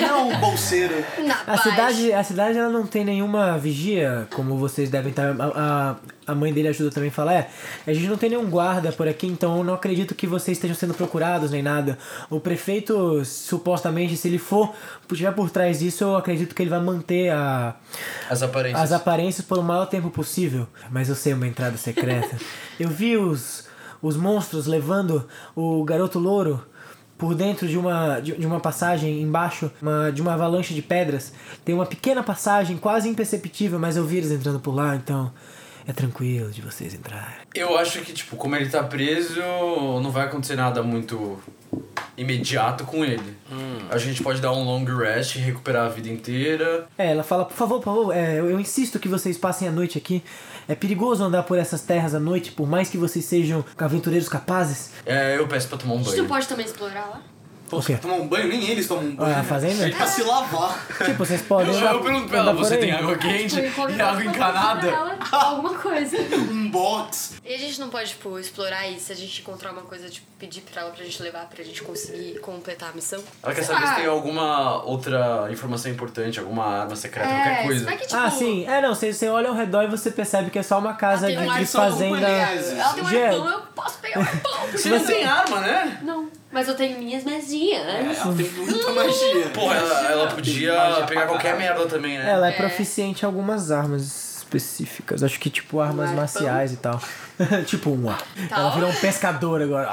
S10: Não, bolseira.
S6: Na
S1: A cidade, a cidade ela não tem nenhuma vigia, como vocês devem estar. A, a, a mãe dele ajuda também a falar. É, a gente não tem nenhum guarda por aqui, então eu não acredito que vocês estejam sendo procurados nem nada. O prefeito, supostamente, se ele for, estiver por trás disso, eu acredito que ele vai manter a,
S3: As aparências.
S1: as aparências por o maior tempo possível. Mas eu sei uma entrada secreta. eu vi os, os monstros levando o garoto louro por dentro de uma, de, de uma passagem embaixo, uma- de uma avalanche de pedras. Tem uma pequena passagem, quase imperceptível, mas eu vi eles entrando por lá, então é tranquilo de vocês entrarem.
S3: Eu acho que, tipo, como ele tá preso, não vai acontecer nada muito imediato com ele. A gente pode dar um long rest, recuperar a vida inteira.
S1: É, ela fala, por favor, por favor, é, eu, eu insisto que vocês passem a noite aqui. É perigoso andar por essas terras à noite, por mais que vocês sejam aventureiros capazes.
S3: É, eu peço pra tomar um
S2: A gente não
S3: banho.
S2: pode também explorar lá?
S1: Pô, você
S3: tá
S4: Tomar um banho, nem eles tomam um banho.
S1: Ah, a fazenda?
S4: Pra se lavar.
S1: Tipo, vocês podem.
S3: Eu,
S1: andar-
S3: eu pergunto pra ela,
S1: andar por
S3: você
S1: aí."
S3: tem água quente
S2: Tipo, enquanto
S3: e água
S2: nós
S3: encanada?
S2: podemos explorar Alguma coisa.
S4: Um box.
S2: E a gente não pode, tipo, explorar e se a gente encontrar uma coisa, tipo, pedir pra ela pra gente levar pra gente conseguir completar a missão?
S3: Ela quer
S2: Sei
S3: saber
S2: lá.
S3: se tem alguma outra informação importante, alguma arma secreta, qualquer
S2: É,
S3: coisa.
S2: vai que, tipo,
S1: Ah, sim. É, não, você, você olha ao redor e você percebe que é só uma casa de,
S2: Ela tem um
S1: de
S2: ar
S4: só com
S1: fazenda.
S4: mulheres.
S2: Ela tem um
S1: Gê,
S2: arpão, eu posso pegar um arpão.
S11: Você não tem arma, né?
S2: não, mas eu tenho minhas
S4: É,
S2: mesinhas.
S4: ela tem muita magia.
S3: Porra, ela, ela podia pegar qualquer merda também, né?
S1: Ela é,
S2: É.
S1: proficiente em algumas armas específicas. Acho que, tipo, armas
S2: arpão.
S1: marciais e tal. tipo, uma.
S2: Tá.
S1: Ela virou um pescador agora.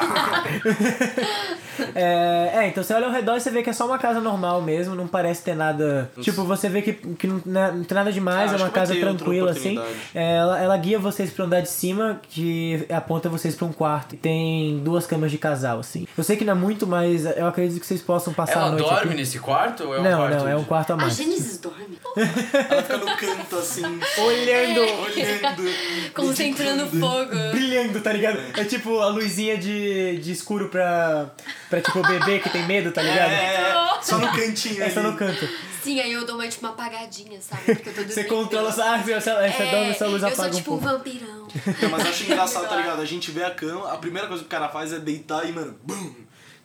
S1: é, é, então você olha ao redor e você vê que é só uma casa normal mesmo. Não parece ter nada... Tipo, você vê que, que não, né, não tem nada demais.
S4: Ah,
S1: é
S4: acho
S1: uma
S4: que vai
S1: casa
S4: ter outra
S1: tranquila, assim.
S4: oportunidade.
S1: É, Ela, ela guia vocês pra andar de cima, que aponta vocês pra um quarto. E tem duas camas de casal, assim. Eu sei que não é muito, mas eu acredito que vocês possam passar
S3: Ela
S1: a é noite
S3: dorme
S1: aqui.
S3: nesse quarto ou é um
S1: não,
S3: quarto?
S1: não, é um quarto a
S2: A
S1: mais.
S2: Gênesis dorme.
S4: Ela fica no canto assim, É,
S1: Olhando,
S4: olhando.
S2: Concentrando fogo.
S1: brilhando, tá ligado? É tipo a luzinha de, de escuro pra, pra tipo o bebê que tem medo, tá ligado?
S4: É, só no cantinho.
S1: É só
S4: ali.
S1: no canto.
S2: Sim, aí eu dou uma, tipo, uma apagadinha, sabe? Porque eu tô dormindo.
S1: Você controla sua. Ah, você, você, você dorme,
S2: É,
S1: sua luz
S2: eu
S1: apaga
S2: sou
S1: um
S2: tipo um
S1: pouco.
S2: vampirão.
S4: Não, mas eu acho engraçado, tá ligado? A gente vê a cama, a primeira coisa que o cara faz é deitar e, mano, bum!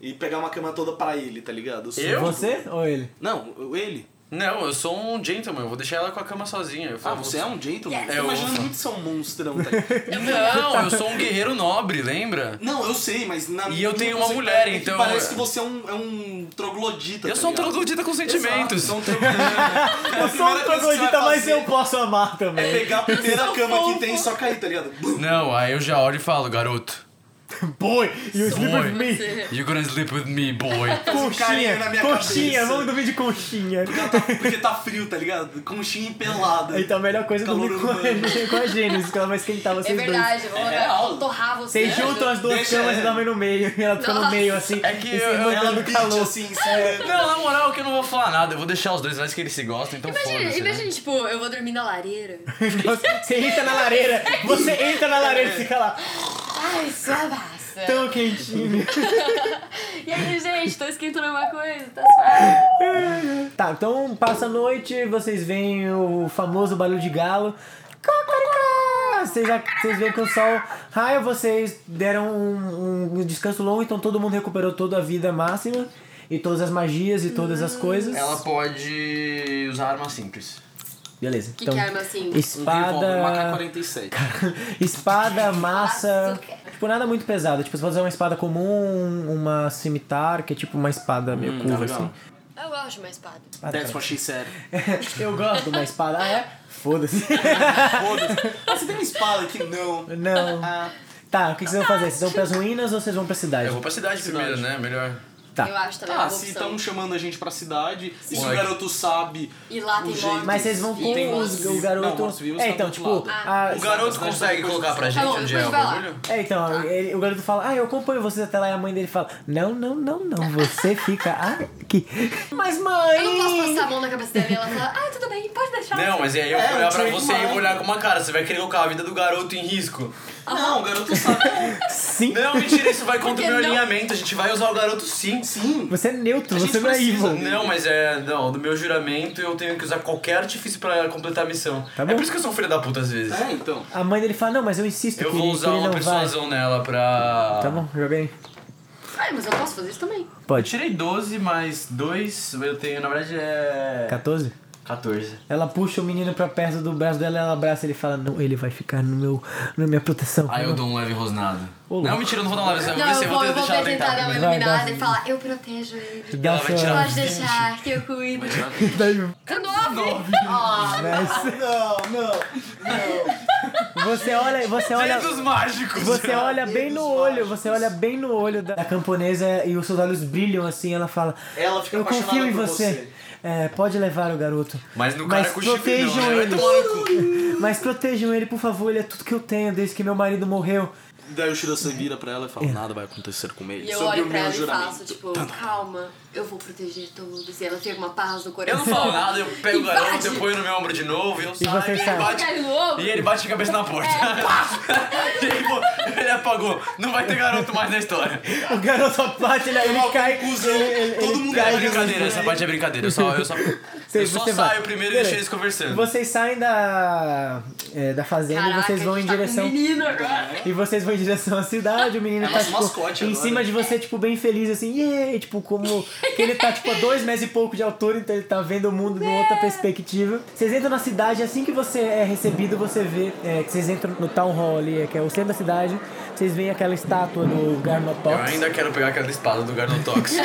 S4: E pegar uma cama toda pra ele, tá ligado? sou-
S3: Eu?
S1: Você ou ele?
S4: Não, eu- ele.
S3: Não, eu sou um gentleman, eu vou deixar ela com a cama sozinha. Eu
S4: Ah,
S3: falo,
S4: você é um gentleman?
S3: É,
S4: Eu
S3: eu
S4: tô imaginando
S3: sou.
S4: muito ser um monstrão, tá ligado?
S2: é
S3: Não, eu sou um guerreiro nobre, lembra?
S4: Não, eu sei, mas na
S3: E eu
S4: minha
S3: tenho uma
S4: concepção
S3: mulher,
S4: é que
S3: então-
S4: Parece que você é um, é um troglodita.
S3: Eu
S4: tá
S3: sou um
S4: ligado? É
S3: troglodita com
S4: Exato,
S3: sentimentos.
S4: sou um troglodita.
S1: Eu sou um troglodita, mas eu posso amar
S4: É
S1: também.
S4: pegar a primeira cama que tem e só cair, tá ligado? Bum!
S3: Não, aí eu já olho e falo, garoto.
S1: Boy, you sleep with
S3: Boy,
S1: me.
S3: you gonna sleep with me, boy.
S4: um carinho na
S1: Conchinha,
S4: minha
S1: conchinha,
S4: cabeça.
S1: vamos dormir de conchinha.
S4: Porque tá frio, tá ligado? Conchinha empelada.
S1: Então a melhor coisa é dormir
S4: Calor
S1: com,
S4: humano.
S1: com a Gênesis, que ela vai esquentar
S2: É
S1: vocês dois.
S2: verdade, eu vou
S4: real.
S2: é torrar você.
S1: Vocês juntam as duas
S4: Deixa-
S1: camas e dormem no meio. E ela fica no
S2: Nossa.
S1: meio assim.
S3: É que
S1: e se
S3: eu- eu-
S1: mandando
S4: Ela bate
S1: calor. É.
S4: assim, segurando.
S3: Não, na moral que eu não vou falar nada, eu vou deixar os dois, vai que eles se gostam, então
S2: Imagina,
S3: foda-se.
S2: imagina,
S3: né?
S2: tipo, eu vou dormir na lareira.
S1: Nossa, Você entra na lareira, você entra na lareira e fica lá,
S2: Ai, sua massa.
S1: tão quentinho.
S2: E aí, gente, tô esquentando alguma coisa, tá suave.
S1: Tá, então passa a noite, vocês veem o famoso barulho de galo. Cocoricó! Vocês, já- vocês veem que o sol raia, vocês deram um, um descanso longo, então todo mundo recuperou toda a vida máxima. E todas as magias e todas
S2: Hum.
S1: as coisas.
S3: Ela pode usar arma simples.
S1: Beleza.
S2: Que
S1: então,
S2: que arma assim?
S1: Espada. Espada, massa. Tipo, nada muito pesado. Tipo, você pode usar uma espada comum, uma cimitar, que é tipo uma espada meio
S2: Hum,
S1: curva,
S2: tá
S1: assim.
S2: Eu gosto de uma espada.
S1: Ah, tá.
S4: That's what she said.
S1: Eu gosto de uma espada. Ah, é? Foda-se.
S4: Foda-se. Ah, você tem uma espada aqui?
S2: É
S4: Não.
S1: Não.
S2: Ah.
S1: Tá, o que que vocês vão fazer? Vocês vão pras
S2: Tá.
S1: ruínas ou vocês vão pra cidade?
S3: Eu vou pra cidade primeiro, né? Melhor.
S1: Tá.
S2: Eu acho também uma
S4: Ah,
S2: boa
S4: se
S2: opção.
S4: estão chamando a gente pra cidade, e se o
S3: Moleque.
S4: garoto sabe.
S2: E lá tem
S4: o
S2: mortos.
S1: Mas vocês vão
S2: vivos.
S1: com os, o
S4: Não,
S1: garoto.
S4: nós vimos
S1: é,
S4: tá
S1: então,
S4: do
S1: tipo.
S4: outro
S1: A...
S3: O garoto Tá.
S4: Exato,
S3: consegue
S4: exato.
S3: colocar pra gente
S2: Tá bom,
S3: onde é o
S2: depois vai lá. Tá
S3: bagulho?
S1: É, então, ele- o garoto fala, ah, eu acompanho vocês até lá, e a mãe dele fala, não, não, não, não, você fica aqui. Mas mãe!
S2: Eu não posso passar a mão na cabeça dela e ela fala, ai, tudo bem, pode deixar.
S3: Não, mas aí eu vou
S4: É,
S3: olhar
S4: um
S3: pra você e
S4: trademark.
S3: vou olhar com uma cara. Você vai querer colocar a vida do garoto em risco.
S4: Não, o garoto sabe.
S1: Sim,
S3: Não, mentira, isso vai contra o
S2: Porque
S3: meu
S2: não-
S3: alinhamento. A gente vai usar o garoto sim.
S4: Sim.
S1: você é neutro,
S4: A gente
S1: você não é
S4: precisa,
S1: evil.
S3: Não, mas é. Não, do meu juramento eu tenho que usar qualquer artifício pra completar a missão.
S1: Tá
S3: É
S1: bom.
S3: por isso que eu sou um filho da puta às vezes.
S4: É, então.
S1: A mãe dele fala, não, mas eu insisto
S3: Eu
S1: que,
S3: vou
S1: ele-
S3: usar
S1: que ele
S3: uma
S1: não vai.
S3: persuasão nela pra.
S1: Tá bom, joguei.
S2: Ai, mas eu posso fazer isso também.
S1: Pode.
S11: Tirei 12 mais 2, eu tenho, na verdade é.
S1: 14?
S11: 14.
S1: Ela puxa o menino pra perto do braço dela, ela abraça ele e fala, não, ele vai ficar no meu, na minha proteção.
S3: Aí eu dou um leve rosnado.
S1: Ô, louco.
S3: Não, mentira, eu não vou dar um leve
S2: Não,
S3: rosnado.
S2: eu vou, eu
S3: ter
S2: vou
S3: deixado
S2: tentar
S3: deitar.
S2: dar uma
S1: Vai,
S2: iluminada
S1: dá.
S2: e falar, eu protejo ele.
S1: Dá
S3: Ela vai
S1: sua-
S3: tirar
S2: Pode deixar, que eu cuido. Tá nove!
S1: Você olha, você
S2: um
S1: olha,
S3: Dedos mágicos!
S1: você olha bem no olho, você olha bem no olho da da camponesa e os seus olhos brilham assim, ela fala,
S4: Ela fica
S1: eu
S4: apaixonada
S1: confio em
S4: por
S1: você.
S4: você.
S1: É, pode levar o garoto.
S3: Mas no
S1: Mas
S3: cara com chifre não,
S1: protejam
S3: né? Vai
S1: ele.
S3: tomar no cu.
S1: Mas protejam ele, por favor, ele é tudo que eu tenho desde que meu marido morreu.
S4: Daí o Shirase vira pra ela e
S1: É.
S4: fala, nada vai acontecer com ele.
S2: E eu
S4: Sobre o
S2: olho pra
S4: meu
S2: ela
S4: juramento.
S2: e faço, tipo, calma, eu vou proteger todos. E ela tem uma paz no
S3: Eu
S2: coração.
S3: não falo nada, eu pego o garoto,
S2: Invade.
S3: eu ponho no meu ombro de novo, eu
S1: E
S3: saio,
S1: você
S3: ele
S1: sai.
S3: bate,
S2: Cai no ombro.
S3: e ele bate a cabeça na porta.
S2: É.
S3: Tipo, ele apagou, não vai ter garoto mais na história.
S1: O garoto bate, ele, ele cai. ele- ele-
S4: Todo
S1: ele
S4: mundo
S1: cai.
S3: É brincadeira, essa parte é brincadeira. Eu só, eu só,
S1: Você-
S3: eu só
S1: você vai.
S3: saio primeiro e
S1: Beleza.
S3: deixo eles conversando.
S1: Vocês saem da, é, da fazenda
S2: Caraca,
S1: e vocês
S2: a
S1: vão
S2: gente
S1: em
S2: tá com
S1: direção.
S2: um menino agora.
S1: E vocês vão em direção à cidade, o menino tá
S4: É nosso
S1: tipo,
S4: mascote
S1: em
S4: agora.
S1: cima de você, tipo, bem feliz, assim, yeah! tipo, como que ele tá tipo a dois metros e pouco de altura, então ele tá vendo o mundo de uma outra perspectiva. Vocês entram na cidade, assim que você é recebido, você vê é, que vocês entram no town hall ali, que é o centro da cidade, vocês veem aquela estátua do
S3: Eu
S1: Garnotox,
S3: ainda quero pegar aquela espada do Garnotox.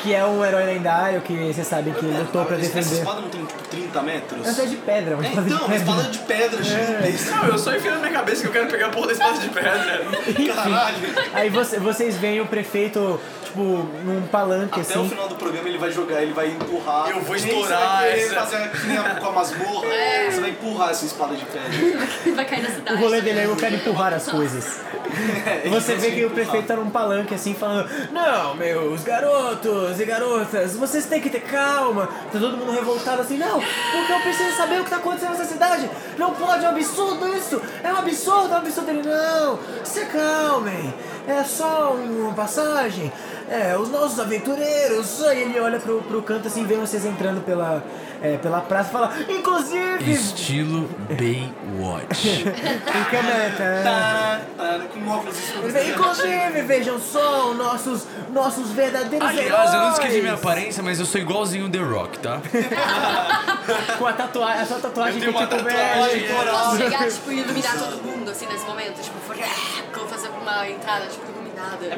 S1: que é um herói lendário que vocês sabem que
S4: tá
S1: lutou pra
S4: Essa
S1: defender.
S4: espada não tem tipo 30 metros?
S1: É uma de É. pedra, uma
S4: É,
S1: espada de
S4: então, uma
S1: pedra.
S4: espada de É pedra gigantesca.
S3: Não, eu só enfio na minha cabeça que eu quero pegar a porra da espada de pedra.
S4: Caralho.
S1: Aí você- vocês veem o prefeito, tipo, num palanque,
S4: Até o
S1: assim.
S4: final do programa ele vai jogar, ele vai empurrar.
S3: Eu vou
S4: Nem
S3: estourar
S4: você vai querer
S3: essa.
S4: fazer é que nem a- com a masmorra.
S1: É.
S4: Você vai empurrar essa espada de pedra.
S2: Vai cair na
S1: O
S2: cidade.
S1: rolê dele é eu quero empurrar as coisas.
S4: É
S1: Você
S4: assim,
S1: vê que o prefeito tá num palanque assim falando: Não, meus garotos e garotas, vocês têm que ter calma. Tá todo mundo revoltado assim: Não, porque eu preciso saber o que tá acontecendo nessa cidade. Não pode, é um absurdo isso. É um absurdo, é um absurdo. Ele: Não, se calmem. É só uma passagem. É, os nossos aventureiros. Aí ele olha pro, pro canto assim, vê vocês entrando pela, é, pela praça e fala: Inclusive,
S3: Estilo Baywatch.
S1: em câmera.
S4: Tá, Com óculos escuros. é
S1: Inclusive, vejam só os nossos, nossos verdadeiros
S3: Aliás, eu não esqueci
S1: heróis.
S3: minha aparência, mas eu sou igualzinho o The Rock, tá?
S1: Com a tatuagem, a sua tatuagem que
S3: Eu tenho uma
S1: tipo,
S3: tatuagem,
S1: verde.
S2: Eu posso chegar, tipo, e iluminar todo mundo, assim, nesse momento. Tipo, vou fazer uma entrada, tipo, iluminada.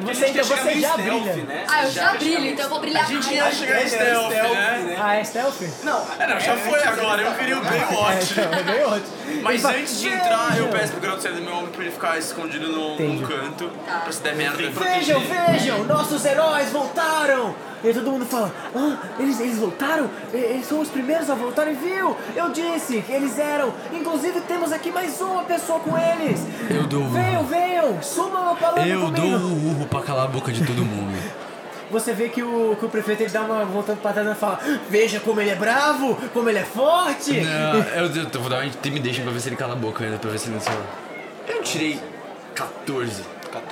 S1: Você, então,
S4: chegar
S1: você
S4: meio
S1: já
S4: stealth,
S1: brilha.
S4: né?
S2: Ah, eu já brilho, então eu vou brilhar mais.
S3: chegar em stealth, né?
S1: Ah, é stealth?
S3: É, não, já foi agora, eu queria o Baywatch.
S1: Então, é bem ótimo.
S3: Mas antes de entrar, eu peço pro garoto sair do meu ombro pra ele ficar escondido num, num
S1: Entendi.
S3: canto. Pra se der merda.
S1: Vejam, vejam, nossos heróis voltaram! E aí todo mundo fala, ah, eles, eles voltaram? E- Eles são os primeiros a voltarem, viu? Eu disse que eles eram. Inclusive temos aqui mais uma pessoa com eles.
S3: Eu dou o
S1: Venham, venham, sumam a palavra
S3: Eu
S1: comigo.
S3: dou um urro pra calar a boca de todo mundo.
S1: Você vê que o, que o prefeito ele dá uma voltando pra trás e fala: Veja como ele é bravo, como ele é forte!
S3: Não, eu, eu, eu vou dar uma intimidation pra ver se ele cala a boca ainda, pra ver se ele não se Eu tirei 14.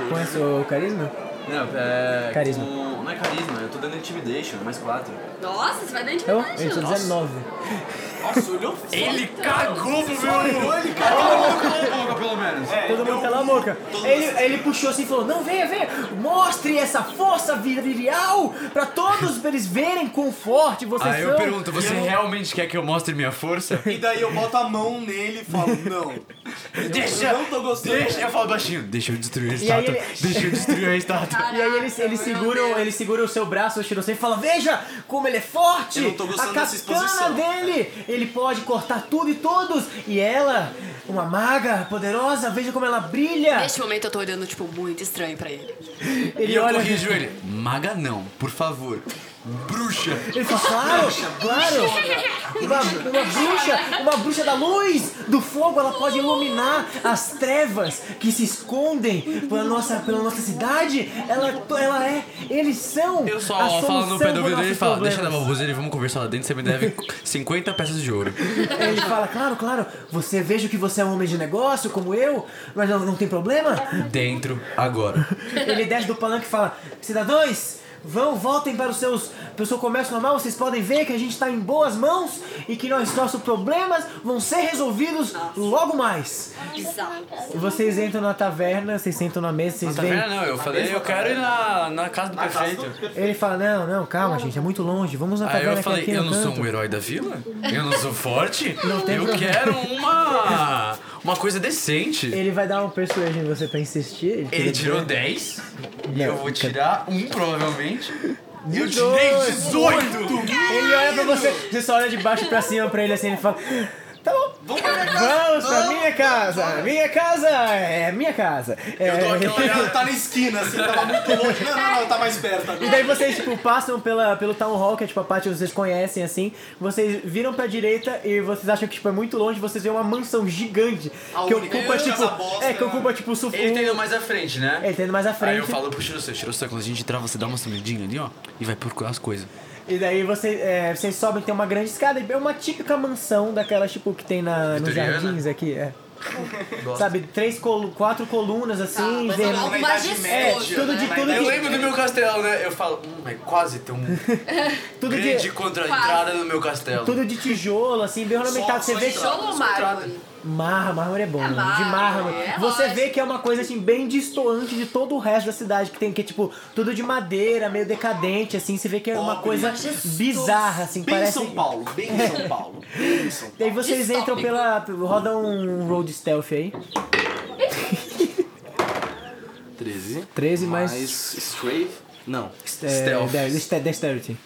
S1: Conhece o carisma?
S11: Não, é.
S1: Carisma.
S11: com- Não é carisma, eu tô dando intimidation, mais quatro.
S2: Nossa, você vai dar
S1: Então,
S2: intimidade.
S1: eu sou
S2: Nossa.
S1: 19.
S3: Ele cagou pro meu urro!
S11: pelo menos.
S4: É,
S1: Todo mundo cala a boca. Ele, ele puxou assim e falou: Não, venha, venha, mostre essa força viril pra todos pra eles verem quão forte vocês
S3: Aí
S1: são.
S3: eu pergunto, você realmente quer que eu mostre minha força?
S4: E daí eu boto a mão nele e falo, não.
S3: Deixa!
S4: não tô gostando.
S3: Deixa! Eu falo baixinho, deixa eu destruir a
S1: E aí
S3: estátua.
S1: ele-
S3: Deixa eu destruir a estátua.
S1: E aí eles, eles, seguram, eles seguram o seu braço, o Shirosei, e falam, veja como ele é forte!
S4: Eu não tô gostando
S1: a
S4: dessa
S1: katana
S4: exposição."
S1: dele! Ele pode cortar tudo e todos! E ela, uma maga poderosa, veja como ela brilha!
S2: Neste momento eu tô olhando, tipo, muito estranho pra ele.
S1: Ele
S3: E eu
S1: olha...
S3: corrijo ele. Maga não, por favor. Bruxa!
S1: Ele fala, claro, claro! Uma, uma bruxa, uma bruxa da luz, do fogo, ela pode iluminar as trevas que se escondem pela nossa, pela nossa cidade. Ela, ela é, eles são
S3: Eu só
S1: a
S3: falo
S1: solução
S3: no pé do
S1: pro
S3: ouvido dele e
S1: nosso
S3: falo,
S1: problema."
S3: deixa na baboseira e vamos conversar lá dentro, você me deve 50 peças de ouro.
S1: Aí Ele fala, claro, claro, você veja que você é um homem de negócio, como eu, mas não, não tem problema.
S3: Dentro, agora.
S1: Ele desce do palanque e fala, cidadãos, vão, voltem para os seus, para o seu comércio normal, vocês podem ver que a gente está em boas mãos e que nós, nossos problemas vão ser resolvidos logo mais.
S2: Bizarro.
S1: Vocês entram na taverna, vocês sentam na mesa, vocês
S3: Tá
S1: veem...
S3: vendo? Não, eu falei, eu quero ir na, na casa do prefeito.
S1: Ele fala, não, não, calma, gente, é muito longe, vamos na
S3: Aí
S1: taverna
S3: Ah, eu
S1: que é
S3: falei,
S1: aqui
S3: eu
S1: no
S3: não sou
S1: canto."
S3: um herói da vila? Eu não sou forte?
S1: tem
S3: eu
S1: problema.
S3: quero uma. uma coisa decente.
S1: Ele vai dar um persuasion em você pra insistir.
S3: Ele tirou 10, e
S1: Não,
S3: eu vou tirar 1 provavelmente. E eu
S1: Dezoito.
S3: tirei 18!
S1: Ele olha pra você, você só olha de baixo pra cima pra ele assim, ele fala. Tá bom, vamos pra minha minha casa, minha casa, é minha casa. É,
S4: tá na esquina, assim, tava muito longe. Não, não, não, tá mais perto
S1: E
S4: agora.
S1: daí vocês, tipo, passam pela, pelo Town Hall, que é tipo a parte que vocês conhecem, assim. Vocês viram pra direita e vocês acham que, tipo, é muito longe. Vocês veem uma mansão gigigante. que
S4: única
S1: ocupa,
S4: casa
S1: tipo...
S4: bosta.
S1: É, que ocupa, tipo, o sufo...
S3: Ele tá indo mais à frente, né?
S1: Ele tá indo mais à
S3: Aí
S1: frente.
S3: eu falo pro Shirosan, Shirosan, quando a gente entrar, você dá uma sumidinha ali, ó, e vai procurar as coisas.
S1: E daí você, é, vocês sobem, tem uma grande escada. e É uma típica mansão daquelas, tipo, que tem na, nos
S3: Vitoriana?
S1: jardins aqui, é. Sabe, três, colu quatro colunas,
S3: Tá,
S1: assim,
S6: mas
S1: ver-
S6: algo
S4: na Idade
S6: majestoso,
S4: Média,
S1: É, tudo de
S6: né?
S1: tudo
S3: Eu
S1: de-
S3: lembro do meu castelo, né? Eu falo, hum, é quase tão
S1: tudo
S3: grande
S1: de,
S3: contra a entrada no meu castelo.
S1: tudo de tijolo, assim, bem ornamentado. Você vê
S6: Tijolo ou mármore?
S1: Marra, mármore é bom, né? De
S6: mármore,
S1: mármore.
S6: é
S1: Você
S6: lógico.
S1: vê que é uma coisa assim bem distoante de todo o resto da cidade que tem que é, tipo tudo de madeira, meio decadente assim, você vê que é uma coisa bizarra assim,
S4: Bem
S1: parece É.
S4: São Paulo, bem São Paulo. Bem São Paulo.
S1: E aí vocês
S6: Distópico.
S1: entram pela roda um road stealth aí.
S4: 13.
S1: 13 mais,
S4: Strave? Não.
S1: é,
S3: stealth.
S1: 10, ste- dexterity.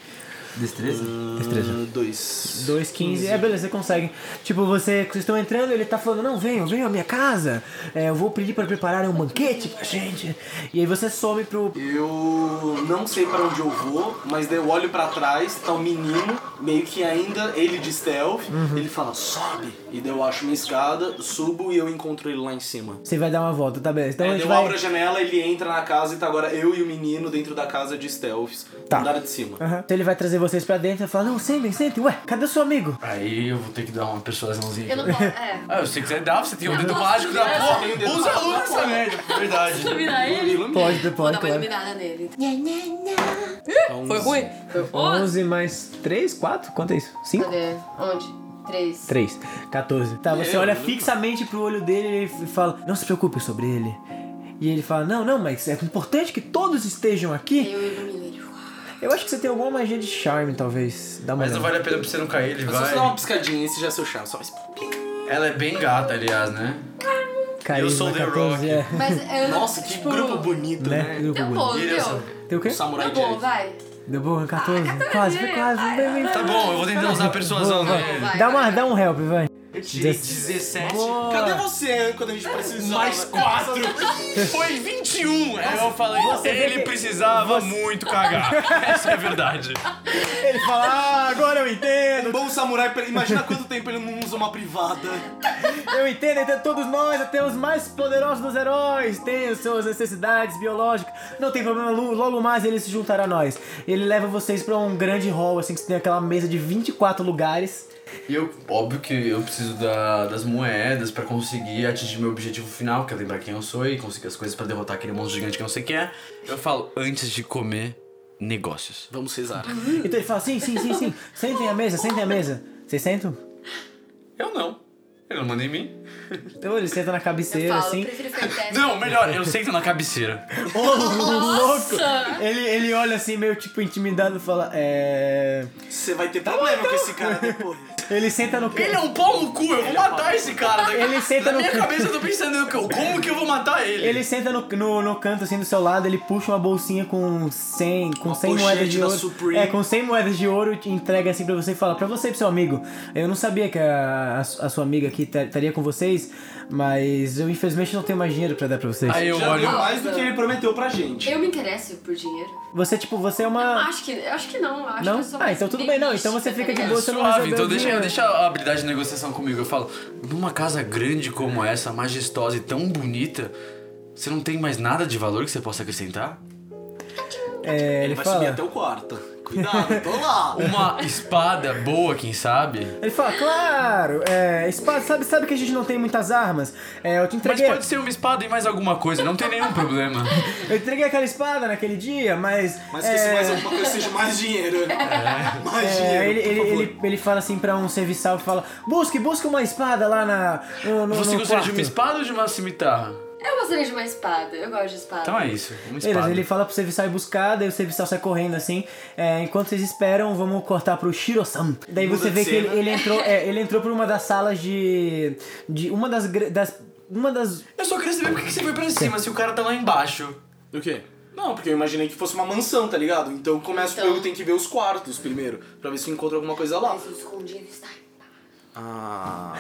S11: Destreza?
S4: Uh, dois.
S1: 2, 15. É, beleza, você consegue. Tipo, você, vocês estão entrando, ele tá falando: Não, venham, venham à minha casa. É, eu vou pedir pra prepararem um banquete pra gente. E aí você some pro.
S4: Eu não sei pra onde eu vou, mas daí eu olho pra trás, tá um menino, meio que ainda ele de stealth,
S1: Uhum.
S4: ele fala, sobe. E daí eu acho uma escada, subo e eu encontro ele lá em cima.
S1: Você vai dar uma volta, tá beleza. Então
S4: É,
S1: a
S4: daí
S1: gente
S4: eu
S1: vai.
S4: abro a janela, ele entra na casa e tá agora eu e o menino dentro da casa de stealth,
S1: Tá.
S4: andar de cima.
S1: Aham. Então ele vai trazer vocês pra dentro e fala, não, sentem, sentem, ué, cadê seu amigo?
S3: Aí eu vou ter que dar uma persuasãozinha.
S2: Eu não posso. É.
S3: Ah, eu sei que você dá, você tem o dedo mágico da porra. Usa a luz nessa merda. é Verdade.
S2: Iluminar ele?
S1: Pode,
S2: Vou
S1: pode,
S2: dar uma
S1: claro.
S2: iluminada nele.
S1: Então,
S6: Foi ruim?
S1: 11 mais 3, 4, quanto é isso? 5?
S2: Cadê? Onde? Três.
S1: 3, 14. Tá, você olha fixamente pro olho dele e fala, não se preocupe sobre ele. E ele fala, não, não, mas é importante que todos estejam aqui.
S2: Eu iluminei.
S1: Eu acho que você tem alguma magia de charme, talvez. Dá uma
S3: Mas não
S1: olhada.
S3: vale a pena pra você não cair, ele
S4: Só você dá
S3: vai.
S4: uma piscadinha, esse já é seu charme, só isso.
S3: Ela é bem gata, aliás, né?
S1: Carisma,
S3: Eu sou The
S1: 14,
S3: Rock.
S1: É.
S2: Mas eu não.
S4: Nossa, que
S3: tipo,
S4: grupo bonito, né?
S1: Né? Deu
S2: Tá
S1: bom.
S2: bom,
S3: E
S2: viu?
S3: essa?
S1: Deu o quê?
S4: Samurai
S2: Tá bom,
S4: Jack.
S2: vai.
S1: Deu bom, 14. Quase, foi quase. Bem, bem,
S3: Tá bom, eu vou tentar usar a persuasão nele.
S2: vai,
S1: Dá,
S2: vai,
S1: uma,
S2: vai.
S1: dá um help, vai.
S3: Eu tirei
S1: Dez-
S3: 17.
S4: Cadê você quando a gente precisava?
S3: Mais 4. Foi 21. Aí um, é, eu falei, ele precisava muito cagar. Essa é a verdade.
S1: Ele fala, ah, agora eu entendo.
S4: Bom samurai, imagina quanto tempo ele não usa uma privada.
S1: Eu entendo, entendo todos nós, até os mais poderosos dos heróis têm suas necessidades biológicas. Não tem problema, lo- logo mais ele se juntará a nós. Ele leva vocês pra um grande hall, assim, que tem aquela mesa de 24 lugares.
S3: E eu, óbvio que eu preciso da- das moedas pra conseguir atingir meu objetivo final, que é lembrar quem eu sou e conseguir as coisas pra derrotar aquele monstro gigante que eu não sei quem é. Eu falo, antes de comer, negócios.
S4: Vamos rezar.
S1: Então ele fala: sim, sim, sim, sim, sentem à mesa, sentem à mesa. Vocês sentam?
S3: Eu não. Ele não manda em mim.
S1: Então ele senta na
S2: Eu
S1: cabeceira,
S2: falo,
S1: assim.
S2: prefiro fantasma.
S3: Não, melhor, eu sento na cabeceira.
S1: Ô, louco! Ele, ele olha assim, meio tipo intimidado e fala: é.
S4: Você vai ter problema com esse cara depois.
S1: Ele senta no.
S3: Tá então. Ele é um pau no cu, eu vou matar esse cara. daqui.
S1: Ele senta
S3: Na
S1: no
S3: minha
S1: cu.
S3: cabeça eu tô pensando eu, como que eu vou matar ele.
S1: Ele senta no, no, no canto assim do seu lado, ele puxa uma bolsinha com 100, com 100
S4: pochete
S1: moedas de
S4: da
S1: ouro.
S4: Supreme.
S1: É, com 100 moedas de ouro e te entrega assim pra você e fala: pra você e pro seu amigo. Eu não sabia que a, a, su- a sua amiga aqui ta- estaria com vocês, mas eu infelizmente não tenho mais dinheiro pra dar pra vocês.
S3: Aí eu
S4: Já
S3: olho.
S4: deu mais do que ele prometeu pra gente.
S2: Eu me interesso por dinheiro.
S1: Você, tipo, você é
S2: Eu
S1: uma.
S2: acho que, eu acho que não. eu Acho
S1: Não?
S2: Que eu sou
S1: Ah,
S2: mais
S1: então tudo bem, não, então você
S2: egoísta,
S1: fica de boa,
S2: tá ligado?
S1: você não
S3: Suave,
S1: resolveu
S3: então
S1: o
S3: deixa,
S1: dinheiro.
S3: deixa a habilidade de negociação comigo. Eu falo, numa casa grande como essa, majestosa e tão bonita, você não tem mais nada de valor que você possa acrescentar?
S1: É, ele
S4: Ele vai subir
S1: fala.
S4: até o quarto. Cuidado, tô lá.
S3: Uma espada boa, quem sabe?
S1: Ele fala, claro, é, espada, sabe, sabe que a gente não tem muitas armas. É, eu te
S3: Mas
S1: entreguei.
S3: pode ser uma espada e mais alguma coisa, não tem nenhum problema.
S1: Eu entreguei aquela espada naquele dia, mas.
S4: Mas
S1: é,
S4: que se mais alguma coisa seja mais dinheiro. Mais dinheiro.
S1: É, ele, ele,
S4: por favor.
S1: ele, ele fala assim pra um serviçal, fala, busque, busque uma espada lá na, no, no,
S3: Você
S1: no
S3: gostaria de
S1: quarto."
S3: uma espada ou de uma cimitarra?
S2: Eu gostaria de uma espada. Eu gosto de espada.
S3: Então é isso, uma
S1: Beleza,
S3: espada.
S1: ele fala pro serviçal ir buscar, daí o serviçal sai correndo assim. É, enquanto vocês esperam, vamos cortar pro Shiro-san. Daí
S4: Muda
S1: você vê
S4: de
S1: que ele,
S4: cena.
S1: ele entrou, é, ele entrou por uma das salas de. de uma das. gr- das uma das.
S3: Eu só queria saber por que que você foi pra cima se o cara tá lá embaixo.
S4: O quê? Não, porque eu imaginei que fosse uma mansão, tá ligado? Então eu começo
S2: Então.
S4: eu tenho que ver os quartos primeiro, pra ver se eu encontro alguma coisa lá.
S2: Mas o escondido está.
S4: Ah.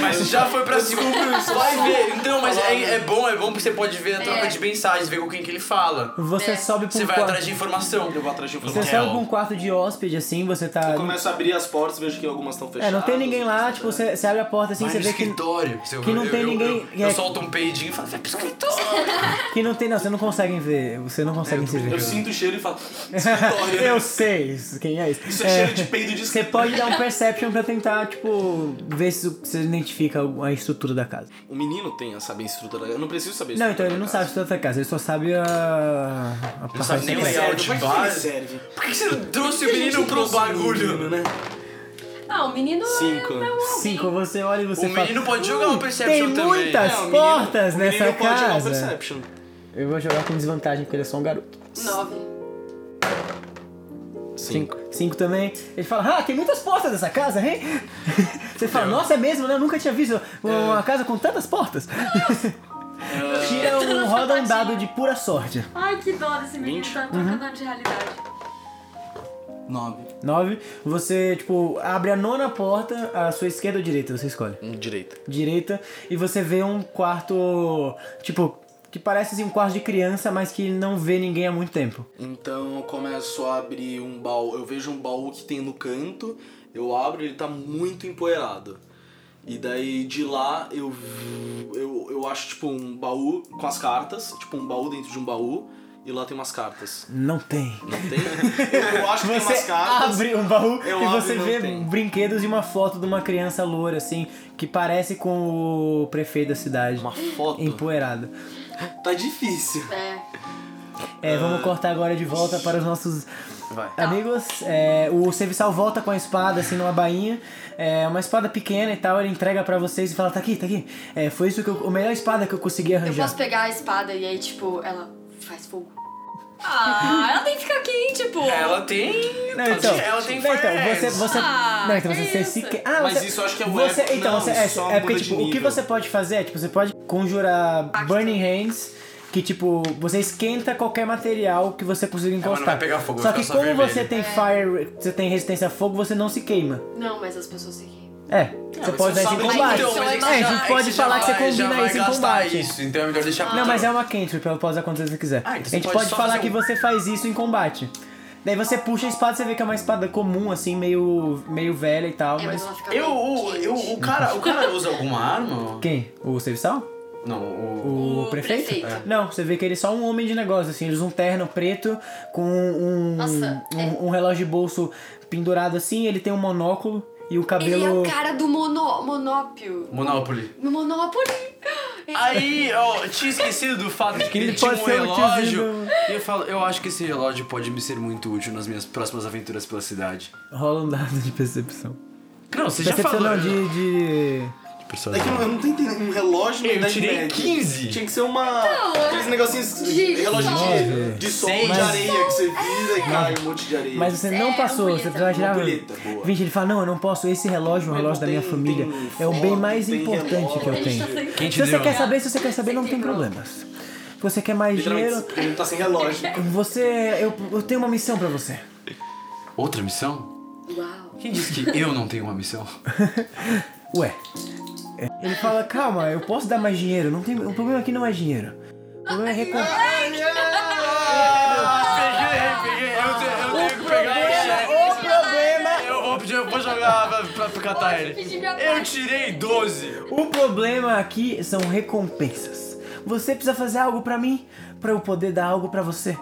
S3: Mas já foi pra cima. Vai ver. Então, mas é, é bom, é bom porque você pode ver a troca
S2: É.
S3: de mensagens, ver com quem que ele fala.
S1: Você sobe pra
S3: Você
S1: um
S3: vai
S1: quarto.
S3: atrás de informação.
S4: Eu vou atrás de
S1: Você
S4: informação.
S3: Hotel.
S1: sobe pra um quarto de hóspede, assim, você tá.
S4: Eu começo a abrir as portas, vejo que algumas estão
S1: É,
S4: fechadas.
S1: não tem ninguém lá, tipo, você, você abre a porta assim,
S3: Vai
S1: você
S3: no
S1: vê que,
S3: escritório. Se eu-
S1: que não
S3: eu-
S1: tem
S3: eu-
S1: ninguém-
S3: Eu, eu
S1: é-
S3: solto um peidinho e falo, vai pro escritório.
S1: que não tem. Não, você não consegue ver. Você não
S3: É,
S1: consegue se ver.
S4: Eu sinto o cheiro e falo, escritório. né?"
S1: Eu sei isso, quem é isso.
S4: Isso é, cheiro de peido de
S1: Você
S4: escritório.
S1: pode dar um perception pra tentar, tipo, ver se você identifica a estrutura da casa.
S4: O menino tem a saber estrutura. Eu não preciso saber
S1: Não,
S4: estrutura
S1: então ele
S4: da
S1: não sabe a
S4: casa.
S1: estrutura da casa, ele só sabe a. a
S3: Não sabe nem o
S1: passagem.
S3: layout
S4: Pra que ele
S3: base.
S4: serve?
S3: Por que você não trouxe o menino pro bagulho?
S4: né?
S6: Ah, o menino
S4: Cinco.
S6: é, é um
S1: Cinco, você olha e você
S3: O
S1: fala.
S3: menino pode jogar um
S1: "Hum,
S3: Perception
S1: Tem
S3: também."
S1: muitas
S4: É, o menino-
S1: portas
S4: o
S1: nessa
S4: menino pode jogar um o
S1: casa.
S4: Perception.
S1: Eu vou jogar com desvantagem porque ele é só um garoto.
S2: Nove.
S1: Cinco. Cinco também. Ele fala, ah, tem muitas portas nessa casa, hein? Você fala, nossa, é mesmo, né? Eu nunca tinha visto uma casa com tantas portas. Tira um, roda um dado de pura sorte.
S12: Ai, que dó desse menino,
S4: Vinte.
S12: tá
S1: Uhum.
S12: trocando de realidade.
S4: Nove.
S1: Nove. Você, tipo, abre a nona porta, à sua esquerda ou direita, você escolhe.
S4: Um, Direita.
S1: direita e você vê um quarto, tipo, que parece assim, um quarto de criança, mas que não vê ninguém há muito tempo.
S4: Então eu começo a abrir um baú. Eu vejo um baú que tem no canto, eu abro ele tá muito empoeirado. E daí de lá eu, eu, eu acho tipo um baú com as cartas, tipo um baú dentro de um baú, e lá tem umas cartas.
S1: Não tem.
S4: Não tem? Eu, eu acho que tem umas
S1: Você
S4: cartas.
S1: abre um baú
S4: Eu
S1: e
S4: abro
S1: você
S4: e não
S1: vê
S4: tem.
S1: brinquedos e uma foto de uma criança loura, assim, que parece com o prefeito da cidade.
S4: Uma foto.
S1: Empoeirada.
S4: Tá difícil.
S2: É.
S1: É, vamos cortar agora de volta para os nossos
S4: Ah. Vai.
S1: amigos. É, o serviçal volta com a espada, assim, numa bainha. É, uma espada pequena e tal. Ele entrega pra vocês e fala: tá aqui, tá aqui. É, foi isso que eu. A melhor espada que eu consegui
S2: Eu
S1: arranjar.
S2: posso pegar a espada e aí, tipo, ela faz fogo.
S12: Ah, ela tem que ficar quente, pô.
S3: Ela tem.
S1: Não, então,
S3: ela tem
S1: não, então
S3: friends.
S1: você, você,
S12: Ah,
S1: não, então
S12: que
S1: você, você
S12: isso?
S1: se que- ah,
S4: Mas
S1: você,
S4: isso eu acho que é
S3: um
S4: o
S1: você,
S4: web-
S1: então,
S4: não,
S1: você, é,
S4: isso só
S1: é porque
S4: muda de
S1: tipo, o que
S4: nível.
S1: você pode fazer é, tipo, você pode conjurar burning hands que tipo, você esquenta qualquer material que você consiga
S3: não
S1: encostar.
S3: vai pegar fogo,
S1: só
S3: vai
S1: que
S3: ficar só
S1: como
S3: vermelho.
S1: você tem fire, você tem resistência a fogo, você não se queima.
S2: Não, mas as pessoas se queimam.
S1: É, você pode dar
S4: você
S1: isso em
S4: sabe-
S1: combate.
S3: Então, mas é que
S1: é,
S3: já-
S1: a
S3: é
S1: gente
S3: que
S1: pode
S3: você já
S1: falar que você
S3: vai- já
S1: combina
S3: vai
S1: isso em
S3: gastar
S1: combate.
S3: Isso, então é melhor deixar pro
S1: Não, mas
S3: outro.
S1: é uma cantrip, ela pode usar quantas vezes quiser.
S3: Ah, então
S1: a
S3: você
S1: gente
S3: pode
S1: pode,
S3: só
S1: falar
S3: fazer
S1: que
S3: um.
S1: você faz isso em combate. Daí você puxa a espada, você vê que é uma espada comum, assim, meio, meio velha e tal,
S2: É, mas
S1: mas...
S2: ela fica
S3: Eu,
S2: bem
S3: o- eu,
S2: quente.
S3: o cara, o cara usa alguma arma?
S1: Quem? O serviçal?
S3: Não, o.
S1: O,
S2: O
S1: prefeito?
S2: prefeito. É.
S1: Não, você vê que ele é só um homem de negócio, assim. Eles usam um terno preto com um,
S2: Nossa,
S1: um,
S2: é.
S1: um relógio de bolso pendurado assim. Ele tem um monóculo e o
S2: Ele é
S1: cabelo...
S2: o cara do mono...
S1: um
S2: monópio.
S3: Monopoly.
S2: No Monopoly.
S3: Aí, ó, eu tinha esquecido do fato de que
S1: Ele
S3: ele tinha
S1: pode
S3: um
S1: ser utilizado-
S3: relógio. E eu falo, eu acho que esse relógio pode me ser muito útil nas minhas próximas aventuras pela cidade.
S1: Rola um dado de percepção.
S3: Não, você já
S1: percepção
S3: falou.
S1: não, de... de...
S4: É que eu não tenho um relógio nem
S3: Eu
S4: Idade
S3: tirei
S4: Média.
S3: 15.
S4: Tinha que ser uma. aqueles negocinhos.
S2: de
S4: relógio
S1: sol.
S4: de, de sol
S3: Seis.
S4: de areia que você vira e cai um monte de areia.
S1: Mas você não
S2: É,
S1: passou,
S2: ampulheta.
S1: você precisava tirar...
S4: Ampulheta, boa.
S1: 20, ele fala, não, eu não posso, esse relógio é um
S4: Mas
S1: relógio da
S4: não
S1: minha
S4: tem-
S1: família.
S4: tem
S1: É o bem
S4: foto,
S1: mais
S4: tem
S1: importante que eu
S2: tá
S4: relógio.
S1: tenho.
S3: Quem te
S1: Se você
S3: deu?
S4: né?
S1: quer saber, se você quer saber, não tem problemas. Se você quer mais dinheiro,
S4: Geralmente, porque ele tá sem relógio.
S1: você... Eu, eu tenho uma missão pra você.
S3: Outra missão?
S2: Uau.
S3: Quem disse que eu não tenho uma missão?
S1: Ué. é, Ele fala, calma, eu posso dar mais dinheiro. Não tem, o problema aqui não é dinheiro. O problema é recompensa.
S3: peguei, peguei. Eu, te- eu tenho que pegar ele. né?
S1: O problema,
S3: Eu vou, pedir- eu vou jogar pra, pra, pra catar ele.
S12: Pedi minha
S3: Eu tirei 12.
S1: o problema aqui são recompensas. Você precisa fazer algo pra mim pra eu poder dar algo pra você.